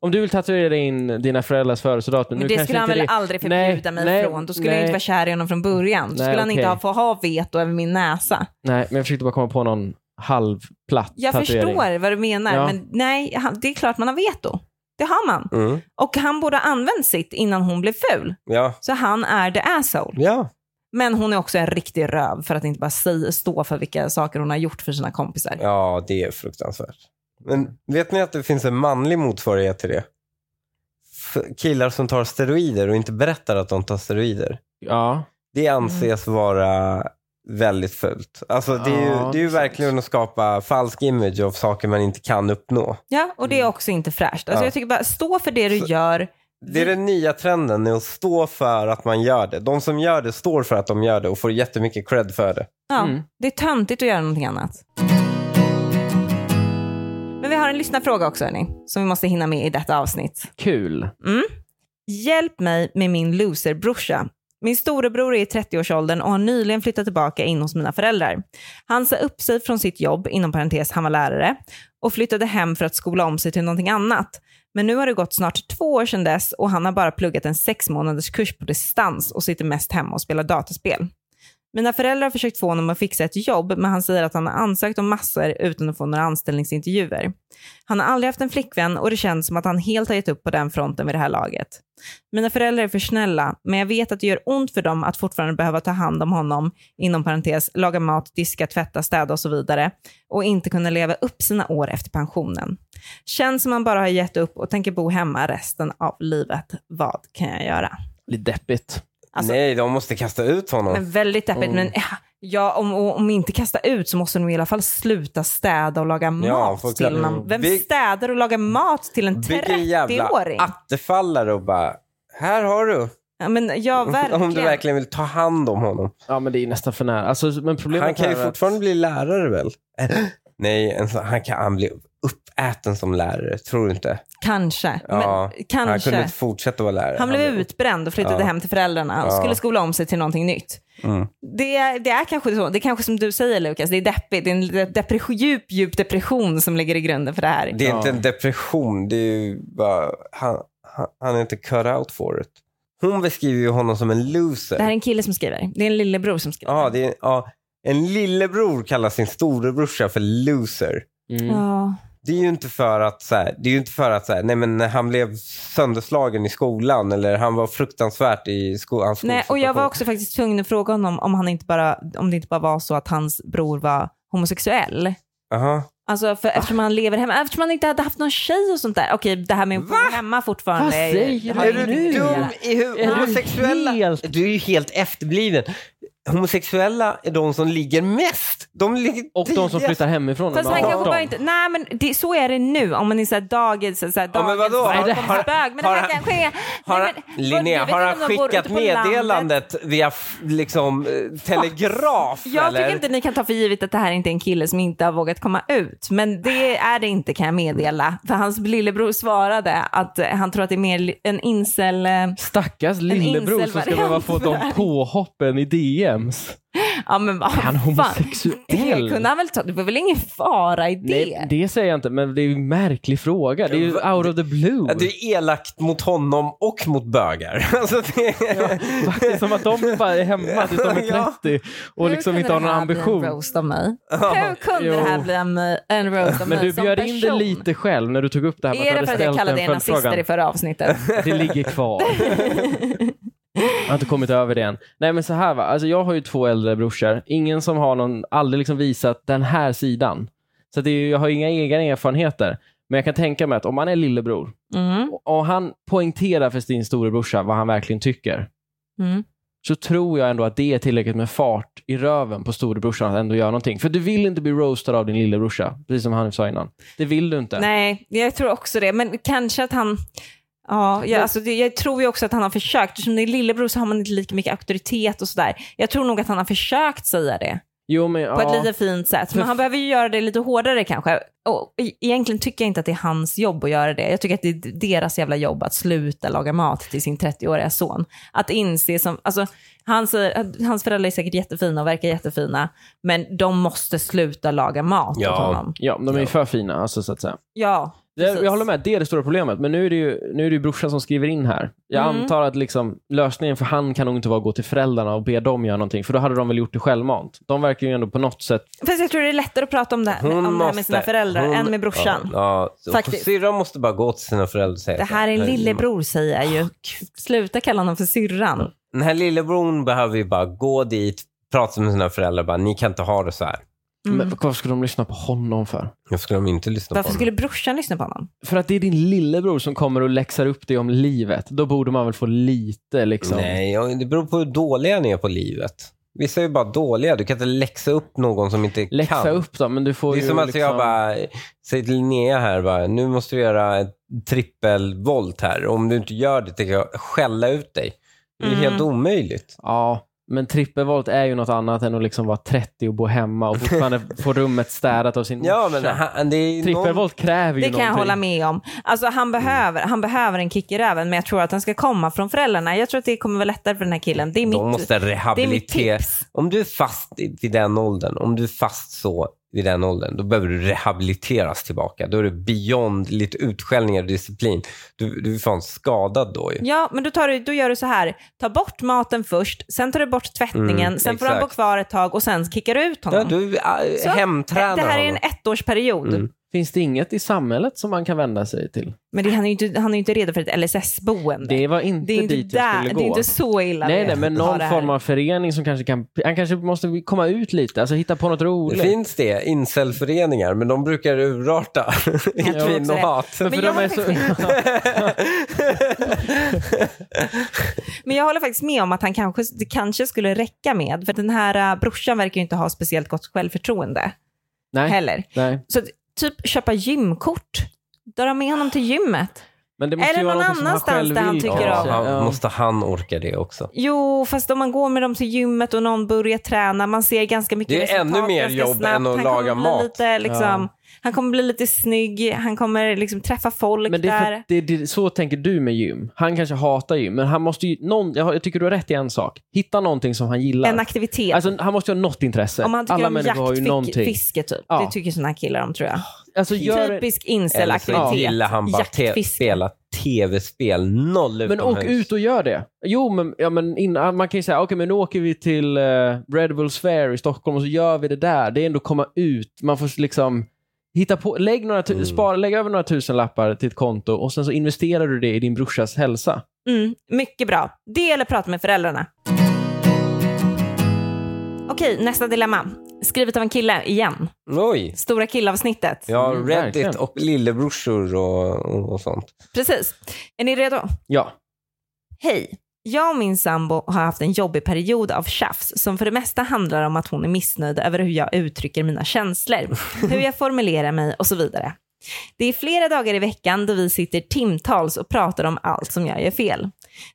[SPEAKER 3] Om du vill tatuera in dina föräldrars födelsedatum,
[SPEAKER 1] Mm.
[SPEAKER 3] nu
[SPEAKER 1] men det
[SPEAKER 3] kanske
[SPEAKER 1] skulle han
[SPEAKER 3] inte
[SPEAKER 1] väl
[SPEAKER 3] det...
[SPEAKER 1] aldrig
[SPEAKER 3] Nej,
[SPEAKER 1] förbjuda mig
[SPEAKER 3] nej,
[SPEAKER 1] från. Då skulle jag
[SPEAKER 3] nej.
[SPEAKER 1] inte vara kär i honom från början. Då
[SPEAKER 3] Nej,
[SPEAKER 1] skulle han inte
[SPEAKER 3] okej.
[SPEAKER 1] ha, få ha veto över min näsa.
[SPEAKER 3] Nej, men jag försökte bara komma på någon halvplatt
[SPEAKER 1] Jag
[SPEAKER 3] tatuering.
[SPEAKER 1] förstår vad du menar,
[SPEAKER 3] Ja.
[SPEAKER 1] men nej, han, det är klart man har veto. Det har man.
[SPEAKER 2] Mm.
[SPEAKER 1] Och han borde ha använt sitt innan hon blev ful.
[SPEAKER 2] Ja.
[SPEAKER 1] Så han är the asshole.
[SPEAKER 2] Ja.
[SPEAKER 1] Men hon är också en riktig röv för att inte bara säga, stå för vilka saker hon har gjort för sina kompisar.
[SPEAKER 2] ja, det är fruktansvärt. Men vet ni att det finns en manlig motsvarighet till det? F- killar som tar steroider och inte berättar att de tar steroider.
[SPEAKER 3] Ja.
[SPEAKER 2] Det anses
[SPEAKER 1] Mm.
[SPEAKER 2] vara väldigt fult. Alltså, det är ju,
[SPEAKER 3] Ja,
[SPEAKER 2] det är ju
[SPEAKER 3] det är sant.
[SPEAKER 2] verkligen att skapa falsk image av saker man inte kan uppnå.
[SPEAKER 1] Ja, och det är också inte fräscht. Alltså
[SPEAKER 2] Ja.
[SPEAKER 1] jag tycker bara, stå för det du gör.
[SPEAKER 2] Det
[SPEAKER 1] Mm.
[SPEAKER 2] är den nya trenden nu att stå för att man gör det. De som gör det står för att de gör det och får jättemycket cred för det.
[SPEAKER 1] Ja,
[SPEAKER 3] Mm.
[SPEAKER 1] Det är töntigt att göra någonting annat. Men vi har en lyssnarfråga också, hörni, som vi måste hinna med i detta avsnitt.
[SPEAKER 3] Kul.
[SPEAKER 1] Hjälp mig med min loserbrorsa. Min storebror är i 30-årsåldern och har nyligen flyttat tillbaka in hos mina föräldrar. Han sa upp sig från sitt jobb, inom parentes, han var lärare, och flyttade hem för att skola om sig till någonting annat. Men nu har det gått snart två år sedan dess och han har bara pluggat en sex månaders kurs på distans och sitter mest hemma och spelar dataspel. Mina föräldrar har försökt få honom att fixa ett jobb, men han säger att han har ansökt om massor utan att få några anställningsintervjuer. Han har aldrig haft en flickvän och det känns som att han helt har gett upp på den fronten vid det här laget. Mina föräldrar är för snälla, men jag vet att det gör ont för dem att fortfarande behöva ta hand om honom, inom parentes, laga mat, diska, tvätta, städa och så vidare, och inte kunna leva upp sina år efter pensionen. Känns som man bara har gett upp och tänker bo hemma resten av livet. Vad kan jag göra?
[SPEAKER 3] Lite deppigt.
[SPEAKER 1] Alltså-
[SPEAKER 2] Nej, de måste kasta ut honom.
[SPEAKER 1] Men väldigt deppigt.
[SPEAKER 3] Mm.
[SPEAKER 1] Men
[SPEAKER 2] Oh.
[SPEAKER 1] ja, ja, om, om inte kasta ut så måste de i alla fall sluta städa och laga mat
[SPEAKER 2] folk-
[SPEAKER 1] till
[SPEAKER 2] Mm.
[SPEAKER 1] någon. Vem
[SPEAKER 2] Bygg-
[SPEAKER 1] städar och lagar mat till en
[SPEAKER 2] Bygg en jävla
[SPEAKER 1] 30-åring?
[SPEAKER 2] attefallare och bara, här har du.
[SPEAKER 1] Ja, men ja, verkligen.
[SPEAKER 2] Om du verkligen vill ta hand om honom.
[SPEAKER 3] Ja, men det är nästan för nära. Alltså, men problemet
[SPEAKER 2] Han kan ju
[SPEAKER 3] här är att-
[SPEAKER 2] fortfarande bli lärare väl? Nej, en sån, han kan han bli uppäten som lärare. Tror du inte?
[SPEAKER 1] Kanske.
[SPEAKER 2] Ja,
[SPEAKER 1] men,
[SPEAKER 2] Han
[SPEAKER 1] kanske.
[SPEAKER 2] kunde
[SPEAKER 1] Han,
[SPEAKER 2] inte fortsätta vara lärare.
[SPEAKER 1] blev utbränd och flyttade
[SPEAKER 2] Eh, Ja.
[SPEAKER 1] hem till föräldrarna och
[SPEAKER 2] Ja.
[SPEAKER 1] skulle skola om sig till någonting nytt.
[SPEAKER 2] Mm.
[SPEAKER 1] Det, det är kanske så. Det är kanske som du säger Lukas, det är deppigt. Det är en de- depression, djup, djup depression som ligger i grunden för det här.
[SPEAKER 2] Det är
[SPEAKER 3] Ja.
[SPEAKER 2] inte en depression. Det är ju bara, han, han, han är inte cut out for it. Hon beskriver ju honom som en loser.
[SPEAKER 1] Det här är en kille som skriver. Det är en lillebror som skriver.
[SPEAKER 2] Ja, det är, ja, en lillebror kallar sin storebrorsa för loser.
[SPEAKER 3] Mm.
[SPEAKER 1] Ja.
[SPEAKER 2] Det är ju inte för att, så här, det är ju inte för att så här, nej men han blev sönderslagen i skolan eller han var fruktansvärt i skolan.
[SPEAKER 1] Nej, och jag var också faktiskt tvungen att fråga honom om, han inte bara, om det inte bara var så att hans bror var homosexuell.
[SPEAKER 2] Aha.
[SPEAKER 1] Alltså för, eftersom han lever hemma, eftersom han inte hade haft någon tjej och sånt där. Okej, det här med att bo hemma fortfarande.
[SPEAKER 3] Vad
[SPEAKER 1] är-
[SPEAKER 3] säger
[SPEAKER 1] har
[SPEAKER 2] Är
[SPEAKER 1] ju
[SPEAKER 2] du
[SPEAKER 1] ingenting att
[SPEAKER 2] dum
[SPEAKER 1] göra.
[SPEAKER 2] i
[SPEAKER 3] Är
[SPEAKER 2] huvudet?
[SPEAKER 3] du
[SPEAKER 2] Homosexuella?
[SPEAKER 3] helt-
[SPEAKER 2] Du är ju helt efterbliven. Homosexuella är de som ligger mest. De ligger
[SPEAKER 3] Och de som
[SPEAKER 2] tidigast.
[SPEAKER 3] flyttar hemifrån.
[SPEAKER 1] Fast
[SPEAKER 3] de
[SPEAKER 1] han
[SPEAKER 3] bara-
[SPEAKER 1] kanske bara inte, nej men det, så är det nu om man är såhär dagens, såhär,
[SPEAKER 2] Ja,
[SPEAKER 1] dagens
[SPEAKER 2] men vadå? Har-
[SPEAKER 1] bög. Men det
[SPEAKER 2] har-
[SPEAKER 1] här kanske är... nej,
[SPEAKER 2] Har, han-
[SPEAKER 1] men-
[SPEAKER 2] Linnea,
[SPEAKER 1] jag vet
[SPEAKER 2] har han
[SPEAKER 1] inte om de bor
[SPEAKER 2] skickat
[SPEAKER 1] ute på landet.
[SPEAKER 2] meddelandet via f- liksom, eh, telegraf?
[SPEAKER 1] Jag
[SPEAKER 2] eller?
[SPEAKER 1] tycker inte ni kan ta för givet att det här inte är en kille som inte har vågat komma ut. Men det är det inte kan jag meddela. För hans lillebror svarade att eh, han tror att det är mer li- en incel... eh,
[SPEAKER 3] Stackars lillebror som ska
[SPEAKER 1] incelvariant
[SPEAKER 3] behöva få
[SPEAKER 1] för det
[SPEAKER 3] de
[SPEAKER 1] här.
[SPEAKER 3] påhoppen i DMs.
[SPEAKER 1] Ja men vad
[SPEAKER 3] Är
[SPEAKER 1] fan.
[SPEAKER 3] han
[SPEAKER 1] Det
[SPEAKER 3] homosexuell?
[SPEAKER 1] kunde han väl ta. Det var väl ingen fara i det?
[SPEAKER 3] Nej, det säger jag inte, men det är ju en märklig fråga. Det är ju out of the blue.
[SPEAKER 2] Ja, det är elakt mot honom och mot bögar. Alltså, det...
[SPEAKER 3] Faktiskt som att de bara är hemma tills de är
[SPEAKER 2] Ja.
[SPEAKER 3] 30 och
[SPEAKER 1] Hur
[SPEAKER 3] liksom
[SPEAKER 1] kunde
[SPEAKER 3] inte har
[SPEAKER 1] det
[SPEAKER 3] någon
[SPEAKER 1] här bli
[SPEAKER 3] ambition.
[SPEAKER 1] En roast av mig? Hur kunde
[SPEAKER 3] Jo.
[SPEAKER 1] det här bli en, en roast av
[SPEAKER 3] Men
[SPEAKER 1] mig
[SPEAKER 3] du
[SPEAKER 1] som
[SPEAKER 3] bjöd in det
[SPEAKER 1] person?
[SPEAKER 3] lite själv när du tog upp det här med
[SPEAKER 1] Är det för att jag
[SPEAKER 3] hade
[SPEAKER 1] kallade er
[SPEAKER 3] ställt den
[SPEAKER 1] nazister
[SPEAKER 3] följdfrågan.
[SPEAKER 1] i förra avsnittet?
[SPEAKER 3] Det ligger kvar. Jag har inte kommit över det än. Nej men så här va, alltså jag har ju två äldre brorsor. Ingen som har någon, aldrig liksom visat den här sidan. Så det är, ju- jag har inga egna erfarenheter. Men jag kan tänka mig att om man är lillebror
[SPEAKER 1] Mm.
[SPEAKER 3] och han poängterar för sin storebrorsa vad han verkligen tycker,
[SPEAKER 1] Mm.
[SPEAKER 3] så tror jag ändå att det är tillräckligt med fart i röven på storebrorsan att ändå göra någonting. För du vill inte bli roastad av din lillebrorsa, precis som han sa innan. Det vill du inte.
[SPEAKER 1] Nej, jag tror också det. Men kanske att han... Ja, jag, alltså, det, jag tror ju också att han har försökt. Eftersom det är lillebror så har man inte lika mycket auktoritet och sådär. Jag tror nog att han har försökt säga det
[SPEAKER 3] Jo, men,
[SPEAKER 1] på
[SPEAKER 3] ja.
[SPEAKER 1] ett lite fint sätt.
[SPEAKER 3] För-
[SPEAKER 1] Men han behöver ju göra det lite hårdare kanske. Och, e- egentligen tycker jag inte att det är hans jobb att göra det. Jag tycker att det är deras jävla jobb att sluta laga mat till sin 30-åriga son. Att inse som, alltså, han säger, att hans föräldrar är säkert jättefina och verkar jättefina, men de måste sluta laga mat
[SPEAKER 2] Ja.
[SPEAKER 1] åt honom.
[SPEAKER 3] Ja, de är ju för fina, alltså, så att säga.
[SPEAKER 1] Ja,
[SPEAKER 3] Det,
[SPEAKER 1] precis.
[SPEAKER 3] jag håller med, det är det stora problemet. Men nu är det ju, nu är det ju brorsan som skriver in här. Jag
[SPEAKER 1] Mm.
[SPEAKER 3] antar att liksom, lösningen för han kan nog inte vara att gå till föräldrarna och be dem göra någonting, för då hade de väl gjort det självmant. De verkar ju ändå på något sätt...
[SPEAKER 1] Fast jag tror det är lättare att prata om det, här- om det här med sina föräldrar
[SPEAKER 2] hon-
[SPEAKER 1] än med brorsan.
[SPEAKER 2] Ja, ja.
[SPEAKER 1] Faktiskt.
[SPEAKER 2] Syrran måste bara gå till sina föräldrar och säga
[SPEAKER 1] Det här är en lillebror säger jag
[SPEAKER 3] Ah,
[SPEAKER 1] ju. Sluta kalla honom för syrran.
[SPEAKER 2] Den här lillebrorn behöver ju bara gå dit, prata med sina föräldrar bara, ni kan inte ha det så här.
[SPEAKER 1] Mm.
[SPEAKER 3] Men varför skulle de lyssna på honom för?
[SPEAKER 2] Jag skulle de inte lyssna
[SPEAKER 1] Varför
[SPEAKER 2] på
[SPEAKER 1] skulle brorsan lyssna på honom?
[SPEAKER 3] För att det är din lillebror som kommer och läxar upp dig om livet. Då borde man väl få lite liksom...
[SPEAKER 2] honom. Nej, ja, det beror på hur dåliga ni är på livet. Vissa är ju bara dåliga. Du kan inte läxa upp någon som inte
[SPEAKER 3] Läxa
[SPEAKER 2] kan.
[SPEAKER 3] upp dem, men du får
[SPEAKER 2] Det är
[SPEAKER 3] ju
[SPEAKER 2] som att
[SPEAKER 3] liksom...
[SPEAKER 2] jag bara säger till Linnea här, bara, nu måste du göra ett trippelvolt här. Om du inte gör det tänker jag skälla ut dig. Det är
[SPEAKER 1] Mm.
[SPEAKER 2] helt omöjligt.
[SPEAKER 3] Ja, Men trippelvolt är ju något annat än att liksom vara 30 och bo hemma och fortfarande få rummet städat av sin
[SPEAKER 2] Ja,
[SPEAKER 3] morsa.
[SPEAKER 2] men han, det är ju någon...
[SPEAKER 3] Trippelvolt kräver ju
[SPEAKER 1] Det kan jag
[SPEAKER 3] någonting. Mm.
[SPEAKER 1] hålla med om. Alltså, han, behöver, han behöver en kick i röven, men jag tror att den ska komma från föräldrarna. Jag tror att det kommer vara lättare för den här killen. Det är mitt,
[SPEAKER 2] De
[SPEAKER 1] det
[SPEAKER 2] måste
[SPEAKER 1] är mitt
[SPEAKER 2] rehabilitera.
[SPEAKER 1] tips.
[SPEAKER 2] Om du är fast i- vid den åldern, om du är fast så vid den åldern, då behöver du rehabiliteras tillbaka. Då är du beyond lite utskällningar och disciplin. Du, du är fan skadad då ju.
[SPEAKER 1] Ja, men då, tar du, då gör du så här. Ta bort maten först, sen tar du bort tvättningen,
[SPEAKER 2] Mm,
[SPEAKER 1] sen får han bo
[SPEAKER 2] exakt.
[SPEAKER 1] kvar ett tag och sen kickar du ut honom.
[SPEAKER 2] Ja, du äh,
[SPEAKER 1] Så,
[SPEAKER 2] hemtränar
[SPEAKER 1] det här är
[SPEAKER 2] honom.
[SPEAKER 1] en ettårsperiod.
[SPEAKER 2] Mm.
[SPEAKER 3] Finns det inget i samhället som man kan vända sig till?
[SPEAKER 1] Men det, han, är ju inte, han är ju inte redo för ett LSS-boende.
[SPEAKER 3] Det var inte,
[SPEAKER 1] Det är inte,
[SPEAKER 3] dit jag
[SPEAKER 1] där,
[SPEAKER 3] skulle
[SPEAKER 1] det
[SPEAKER 3] gå.
[SPEAKER 1] är inte så illa.
[SPEAKER 3] nej,
[SPEAKER 1] det-
[SPEAKER 3] nej, men
[SPEAKER 1] ta
[SPEAKER 3] någon
[SPEAKER 1] det här.
[SPEAKER 3] form av förening som kanske kan... Han kanske måste komma ut lite, alltså hitta på något
[SPEAKER 2] Det
[SPEAKER 3] roligt.
[SPEAKER 2] finns det, incelföreningar, men de brukar urarta i
[SPEAKER 1] tror också det.
[SPEAKER 2] kvinnohat.
[SPEAKER 1] Men
[SPEAKER 3] Men för de
[SPEAKER 1] jag
[SPEAKER 3] är
[SPEAKER 1] har
[SPEAKER 3] så...
[SPEAKER 1] Men jag håller faktiskt med om att han kanske, det kanske skulle räcka med, för den här uh, brorsan verkar ju inte ha speciellt gott självförtroende
[SPEAKER 3] nej,
[SPEAKER 1] heller.
[SPEAKER 3] nej.
[SPEAKER 1] Så att, typ köpa gymkort. Dra med honom till gymmet.
[SPEAKER 3] Men det måste
[SPEAKER 1] Eller
[SPEAKER 3] ju vara
[SPEAKER 1] någon
[SPEAKER 3] någonting som
[SPEAKER 1] annanstans
[SPEAKER 3] själv
[SPEAKER 1] där han
[SPEAKER 3] vill,
[SPEAKER 1] tycker
[SPEAKER 2] Ja,
[SPEAKER 3] kanske.
[SPEAKER 1] om.
[SPEAKER 2] han,
[SPEAKER 3] Ja.
[SPEAKER 2] Måste han orka det också?
[SPEAKER 1] Jo, fast om man går med dem till gymmet och någon börjar träna, man ser ganska mycket
[SPEAKER 2] Det är
[SPEAKER 1] resultat
[SPEAKER 2] ännu mer
[SPEAKER 1] ganska
[SPEAKER 2] jobb
[SPEAKER 1] snabbt.
[SPEAKER 2] än att
[SPEAKER 1] han
[SPEAKER 2] laga
[SPEAKER 1] kommer bli
[SPEAKER 2] mat.
[SPEAKER 1] Lite, liksom, Han kommer bli lite snygg, han kommer liksom träffa folk
[SPEAKER 3] Men det är för,
[SPEAKER 1] där.
[SPEAKER 3] att det, det, så tänker du med gym. Han kanske hatar gym, men han måste ju... Någon, jag, har- jag tycker du har rätt i en sak. Hitta någonting som han gillar.
[SPEAKER 1] En aktivitet.
[SPEAKER 3] Alltså, han måste ju ha något intresse.
[SPEAKER 1] om han tycker
[SPEAKER 3] Alla
[SPEAKER 1] om
[SPEAKER 3] människor har ju
[SPEAKER 1] jakt, fick,
[SPEAKER 3] någonting.
[SPEAKER 1] fiske typ.
[SPEAKER 3] Ja.
[SPEAKER 1] Det tycker sådana killar om tror jag.
[SPEAKER 3] Alltså, gör,
[SPEAKER 1] Typisk
[SPEAKER 2] Eller så
[SPEAKER 1] incelaktivitet.
[SPEAKER 2] gillar han bara te-
[SPEAKER 1] Jaktfiske.
[SPEAKER 2] spela tv-spel, noll
[SPEAKER 3] men åk
[SPEAKER 2] utomhus.
[SPEAKER 3] ut och gör det. Jo, men, ja, men innan, man kan ju säga, okej, men nu åker vi till eh, Red Bulls Fair i Stockholm och så gör vi det där. Det är ändå komma ut. Man får liksom hitta på, lägg, några tu-
[SPEAKER 2] Mm.
[SPEAKER 3] spara, lägg över några tusen lappar till ett konto och sen så investerar du det i din brorsas hälsa.
[SPEAKER 1] Mm, mycket bra. Det eller prata med föräldrarna. Okej, nästa dilemma. Skrivet av en kille igen.
[SPEAKER 2] Oj!
[SPEAKER 1] Stora killavsnittet.
[SPEAKER 2] Ja,
[SPEAKER 3] Mm,
[SPEAKER 2] Reddit
[SPEAKER 3] verkligen.
[SPEAKER 2] och lillebrorsor och, och, och sånt.
[SPEAKER 1] Precis. Är ni redo?
[SPEAKER 3] Ja.
[SPEAKER 1] Hej. Jag och min sambo har haft en jobbig period av tjafs som för det mesta handlar om att hon är missnöjd över hur jag uttrycker mina känslor, hur jag formulerar mig och så vidare. Det är flera dagar i veckan då vi sitter timtals och pratar om allt som jag gör fel.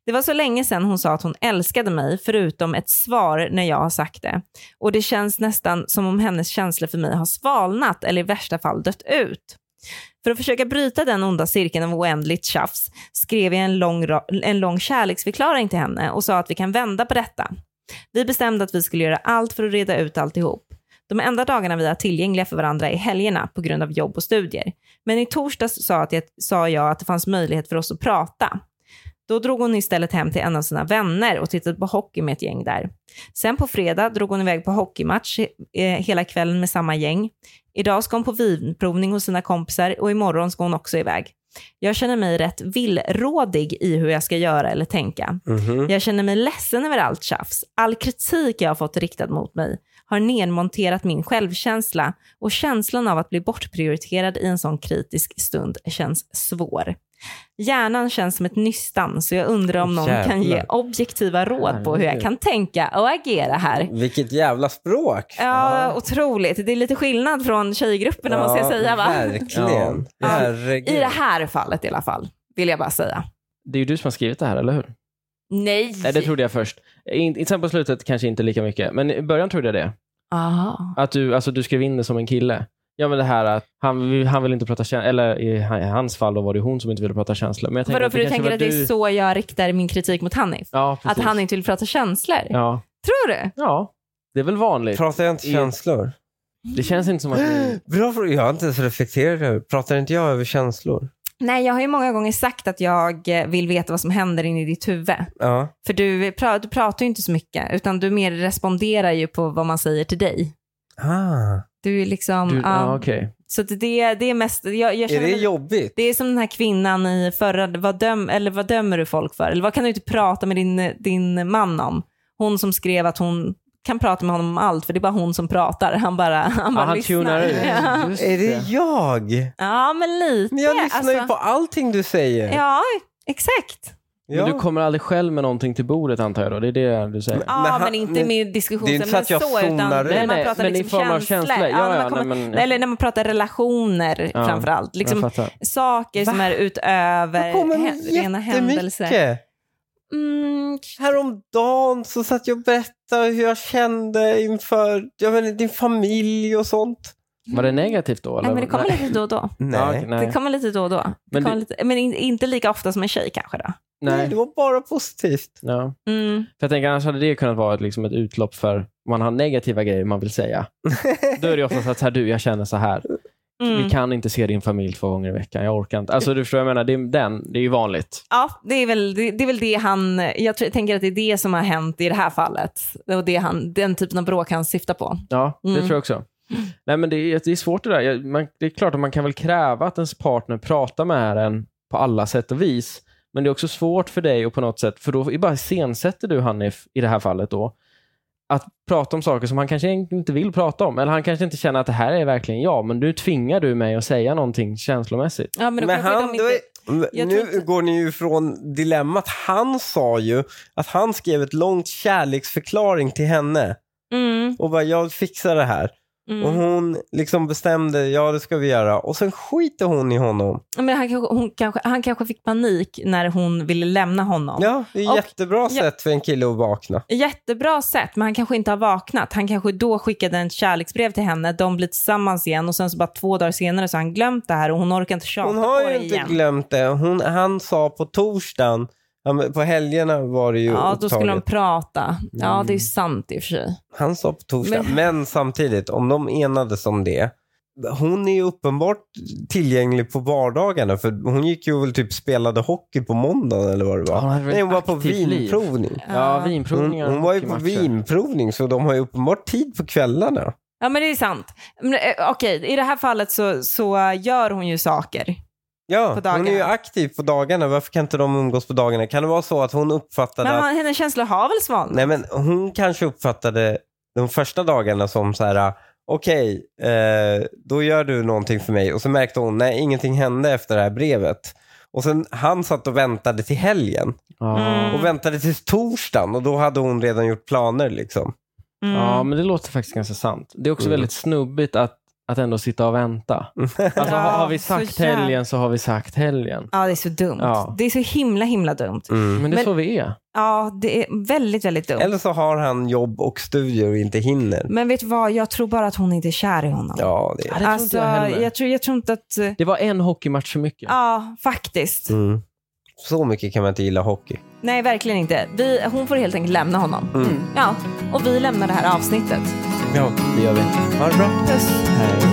[SPEAKER 1] Det var så länge sedan hon sa att hon älskade mig förutom ett svar när jag har sagt det. Och det känns nästan som om hennes känslor för mig har svalnat eller i värsta fall dött ut. För att försöka bryta den onda cirkeln av oändligt tjafs skrev jag en lång, ra- en lång kärleksförklaring till henne och sa att vi kan vända på detta. Vi bestämde att vi skulle göra allt för att reda ut alltihop. De enda dagarna vi är tillgängliga för varandra är helgerna på grund av jobb och studier. Men i torsdags sa, att jag, sa jag att det fanns möjlighet för oss att prata. Då drog hon istället hem till en av sina vänner och tittade på hockey med ett gäng där. Sen på fredag drog hon iväg på hockeymatch eh, hela kvällen med samma gäng. Idag ska hon på vinprovning hos sina kompisar och imorgon ska hon också iväg. Jag känner mig rätt villrådig i hur jag ska göra eller tänka.
[SPEAKER 3] Mm-hmm.
[SPEAKER 2] Mhm.
[SPEAKER 1] Jag känner mig ledsen över allt tjafs. All kritik jag har fått riktad mot mig har nedmonterat min självkänsla och känslan av att bli bortprioriterad i en sån kritisk stund känns svår. Hjärnan känns som ett nystan så jag undrar om någon kan ge
[SPEAKER 2] Jävlar.
[SPEAKER 1] objektiva råd på hur jag kan tänka och agera här.
[SPEAKER 2] Vilket jävla språk!
[SPEAKER 1] Ja, otroligt. Det är lite skillnad från tjejgrupperna måste jag säga va?
[SPEAKER 2] Verkligen.
[SPEAKER 1] Ja.
[SPEAKER 2] Herregud.
[SPEAKER 1] I det här fallet i alla fall, vill jag bara säga.
[SPEAKER 3] Det är ju du som har skrivit det här, eller hur?
[SPEAKER 1] Nej!
[SPEAKER 3] Nej, det trodde jag först. In, in- sen på slutet kanske inte lika mycket, men i början trodde jag det.
[SPEAKER 1] Ah. Aha.
[SPEAKER 3] Att du, alltså, du skrev in det som en kille. Ja, men det här att han, vill- han vill inte prata känslor, eller i han- i hans fall då var det ju hon som inte ville prata känslor. Men jag tänker
[SPEAKER 1] Vadå,
[SPEAKER 3] att det
[SPEAKER 1] för du
[SPEAKER 3] kanske
[SPEAKER 1] tänker
[SPEAKER 3] var
[SPEAKER 1] att det är
[SPEAKER 3] du-
[SPEAKER 1] så jag riktar min kritik mot Hanif?
[SPEAKER 3] Ja,
[SPEAKER 1] Att
[SPEAKER 3] precis.
[SPEAKER 1] han inte vill prata känslor?
[SPEAKER 3] Ja.
[SPEAKER 1] Tror du?
[SPEAKER 3] ja, det är väl vanligt.
[SPEAKER 2] Pratar jag inte
[SPEAKER 3] I-
[SPEAKER 2] känslor?
[SPEAKER 3] Det känns inte som att ni...
[SPEAKER 2] Bra fråga. Jag har inte ens reflekterat över. Pratar inte jag över känslor?
[SPEAKER 1] Nej, jag har ju många gånger sagt att jag eh, vill veta vad som händer inne i ditt huvud.
[SPEAKER 2] Ja.
[SPEAKER 1] För du, pra- du pratar ju inte så mycket, utan du mer responderar ju på vad man säger till dig.
[SPEAKER 2] Ah.
[SPEAKER 1] Du är liksom,
[SPEAKER 3] Du,
[SPEAKER 1] ja.
[SPEAKER 3] ja, okej.
[SPEAKER 1] Så att det, det är mest, jag, jag
[SPEAKER 2] Är
[SPEAKER 1] känner
[SPEAKER 2] det
[SPEAKER 1] mig-
[SPEAKER 2] jobbigt?
[SPEAKER 1] det är som den här kvinnan i förra, vad, döm, eller vad dömer du folk för? Eller vad kan du inte prata med din, din man om? Hon som skrev att hon kan prata med honom om allt, för det är bara hon som pratar. Han bara, han
[SPEAKER 3] Ja,
[SPEAKER 1] bara
[SPEAKER 3] han
[SPEAKER 1] lyssnar.
[SPEAKER 3] tunar ut.
[SPEAKER 1] Ja.
[SPEAKER 3] Just
[SPEAKER 2] Är det jag?
[SPEAKER 1] ja, men lite.
[SPEAKER 2] Men Jag lyssnar ju
[SPEAKER 1] alltså.
[SPEAKER 2] på allting du säger.
[SPEAKER 1] Ja, exakt.
[SPEAKER 2] Ja.
[SPEAKER 3] Men du kommer aldrig själv med någonting till bordet antar jag då? Det är det du säger?
[SPEAKER 1] Ja,
[SPEAKER 2] Men
[SPEAKER 1] men,
[SPEAKER 2] han-
[SPEAKER 1] inte
[SPEAKER 2] men-
[SPEAKER 1] med diskussion
[SPEAKER 2] det är inte så att jag zonar
[SPEAKER 1] utan
[SPEAKER 2] ut.
[SPEAKER 1] när man
[SPEAKER 3] Nej, nej,
[SPEAKER 1] pratar
[SPEAKER 3] men i
[SPEAKER 1] liksom
[SPEAKER 3] form av
[SPEAKER 1] känslor.
[SPEAKER 3] känslor. Ja,
[SPEAKER 1] när man
[SPEAKER 3] ja,
[SPEAKER 1] kommer,
[SPEAKER 3] nej, men-
[SPEAKER 1] Eller när man pratar relationer
[SPEAKER 3] Ja,
[SPEAKER 1] framför allt. Liksom
[SPEAKER 3] jag fattar.
[SPEAKER 1] saker som är utöver
[SPEAKER 2] Jag kommer
[SPEAKER 1] hä-
[SPEAKER 2] med
[SPEAKER 1] rena händelser.
[SPEAKER 2] jättemycket.
[SPEAKER 1] Mm,
[SPEAKER 2] Häromdagen så satt jag och berättade hur jag kände inför jag menar, din familj och sånt.
[SPEAKER 3] Var det negativt då? Eller?
[SPEAKER 1] nej, men det kommer lite då och då.
[SPEAKER 3] Ja, okej, nej.
[SPEAKER 1] Det kommer lite då och då. Det
[SPEAKER 3] Men
[SPEAKER 1] men,
[SPEAKER 3] det-
[SPEAKER 1] lite, men in, inte lika ofta som en tjej kanske då.
[SPEAKER 2] Nej, det
[SPEAKER 3] nej.
[SPEAKER 2] var bara positivt.
[SPEAKER 3] Ja.
[SPEAKER 1] Mm.
[SPEAKER 3] För jag tänker annars hade det kunnat vara ett, liksom ett utlopp för om man har negativa grejer man vill säga. Då är det oftast att så här, du, jag känner så här.
[SPEAKER 1] Mm.
[SPEAKER 3] Vi kan inte se din familj två gånger i veckan. Jag orkar inte. Alltså du förstår vad jag menar. Det är, den, det är ju vanligt.
[SPEAKER 1] Ja, det är, väl, det, det är väl det han... Jag tror, tänker att det är det som har hänt i det här fallet. Det var det han, den typen av bråk han syftar på.
[SPEAKER 3] Ja, det
[SPEAKER 1] Mm.
[SPEAKER 3] tror jag också. Nej, men det är, det är svårt det där. Jag- Man, det är klart att man kan väl kräva att ens partner pratar med en på alla sätt och vis. Men det är också svårt för dig och på något sätt, för då är bara iscensätter du Hanif i det här fallet då, att prata om saker som han kanske egentligen inte vill prata om. Eller han kanske inte känner att det här är verkligen jag, men nu tvingar du mig att säga någonting känslomässigt.
[SPEAKER 1] Ja, men då kanske de inte...
[SPEAKER 2] då är-
[SPEAKER 1] jag
[SPEAKER 2] nu
[SPEAKER 1] tror inte-
[SPEAKER 2] går ni ju ifrån dilemmat. Han sa ju att han skrev ett långt kärleksförklaring till henne
[SPEAKER 1] Mm,
[SPEAKER 2] och bara jag fixar det här. Och
[SPEAKER 1] mm.
[SPEAKER 2] hon liksom bestämde, ja det ska vi göra. Och sen skiter hon i honom.
[SPEAKER 1] Men han, kanske- hon, kanske, han kanske fick panik när hon ville lämna honom.
[SPEAKER 2] Ja, det är
[SPEAKER 1] Och-
[SPEAKER 2] jättebra
[SPEAKER 1] ja.
[SPEAKER 2] sätt för en kille att vakna.
[SPEAKER 1] Jättebra sätt, men han kanske inte har vaknat. Han kanske då skickade ett kärleksbrev till henne, de blir tillsammans igen och sen så bara två dagar senare så har han glömt det här och hon orkar inte tjata
[SPEAKER 2] Hon har
[SPEAKER 1] på
[SPEAKER 2] ju
[SPEAKER 1] det
[SPEAKER 2] inte
[SPEAKER 1] igen.
[SPEAKER 2] glömt det. Hon, han sa på torsdagen, ja, men på helgerna var det ju
[SPEAKER 1] Ja, då skulle de
[SPEAKER 2] upptaget.
[SPEAKER 1] prata. Ja, det är ju sant i och för sig.
[SPEAKER 2] Han sa på torsdagen.
[SPEAKER 1] Men-
[SPEAKER 2] Men... samtidigt, om de enades om det. Hon är ju uppenbart tillgänglig på vardagarna för hon gick ju och typ spelade hockey på måndagen eller vad det var.
[SPEAKER 3] Hon hade väl
[SPEAKER 2] Nej, hon
[SPEAKER 3] ett
[SPEAKER 2] var på
[SPEAKER 3] aktivt liv.
[SPEAKER 2] vinprovning.
[SPEAKER 3] Ja,
[SPEAKER 1] Ja.
[SPEAKER 2] Hon,
[SPEAKER 3] vinprovningar.
[SPEAKER 2] hon var ju på
[SPEAKER 3] hockeymatcher.
[SPEAKER 2] vinprovning så de har ju uppenbart tid på kvällarna.
[SPEAKER 1] Ja, men det är sant. Men, eh, Okej, i det här fallet så, så gör hon ju saker.
[SPEAKER 2] Ja,
[SPEAKER 1] På
[SPEAKER 2] hon är ju
[SPEAKER 1] dagarna.
[SPEAKER 2] aktiv på dagarna. Varför kan inte de umgås på dagarna? Kan det vara så att hon uppfattade
[SPEAKER 1] Men
[SPEAKER 2] att...
[SPEAKER 1] man, hennes känslor har väl svalnat?
[SPEAKER 2] Nej, men hon kanske uppfattade de första dagarna som så här, okej, eh, då gör du någonting för mig. Och så märkte hon, nej, ingenting hände efter det här brevet. Och sen han satt och väntade till helgen
[SPEAKER 3] Ja.
[SPEAKER 1] Mm.
[SPEAKER 2] och väntade till torsdagen och då hade hon redan gjort planer liksom.
[SPEAKER 1] Mm.
[SPEAKER 3] Ja, men det låter faktiskt ganska sant. Det är också
[SPEAKER 2] Mm.
[SPEAKER 3] väldigt snubbigt att, att ändå sitta och vänta. Alltså, har, har vi
[SPEAKER 1] så
[SPEAKER 3] sagt
[SPEAKER 1] jävla-
[SPEAKER 3] helgen så har vi sagt helgen.
[SPEAKER 1] ja, det är så dumt.
[SPEAKER 3] Ja.
[SPEAKER 1] Det är så himla, himla dumt.
[SPEAKER 3] Men det är
[SPEAKER 1] Men-
[SPEAKER 3] så vi är.
[SPEAKER 1] Ja, det är väldigt, väldigt dumt.
[SPEAKER 2] Eller så har han jobb och studier och inte hinner.
[SPEAKER 1] Men vet du vad, jag tror bara att hon inte är kär i honom.
[SPEAKER 2] Ja, det
[SPEAKER 3] Ja, det
[SPEAKER 2] är...
[SPEAKER 3] tror
[SPEAKER 1] alltså,
[SPEAKER 3] inte jag heller.
[SPEAKER 1] jag, tror, jag tror inte att... eh,
[SPEAKER 3] Det var en hockeymatch för mycket.
[SPEAKER 1] Ja, faktiskt.
[SPEAKER 2] Mm. Så mycket kan man inte gilla hockey.
[SPEAKER 1] Nej, verkligen inte. Vi, hon får helt enkelt lämna honom.
[SPEAKER 2] Mm.
[SPEAKER 1] Ja, och vi lämnar det här avsnittet.
[SPEAKER 2] Ja,
[SPEAKER 3] Det gör vi.
[SPEAKER 2] ha det bra.
[SPEAKER 1] Puss.
[SPEAKER 3] Hej.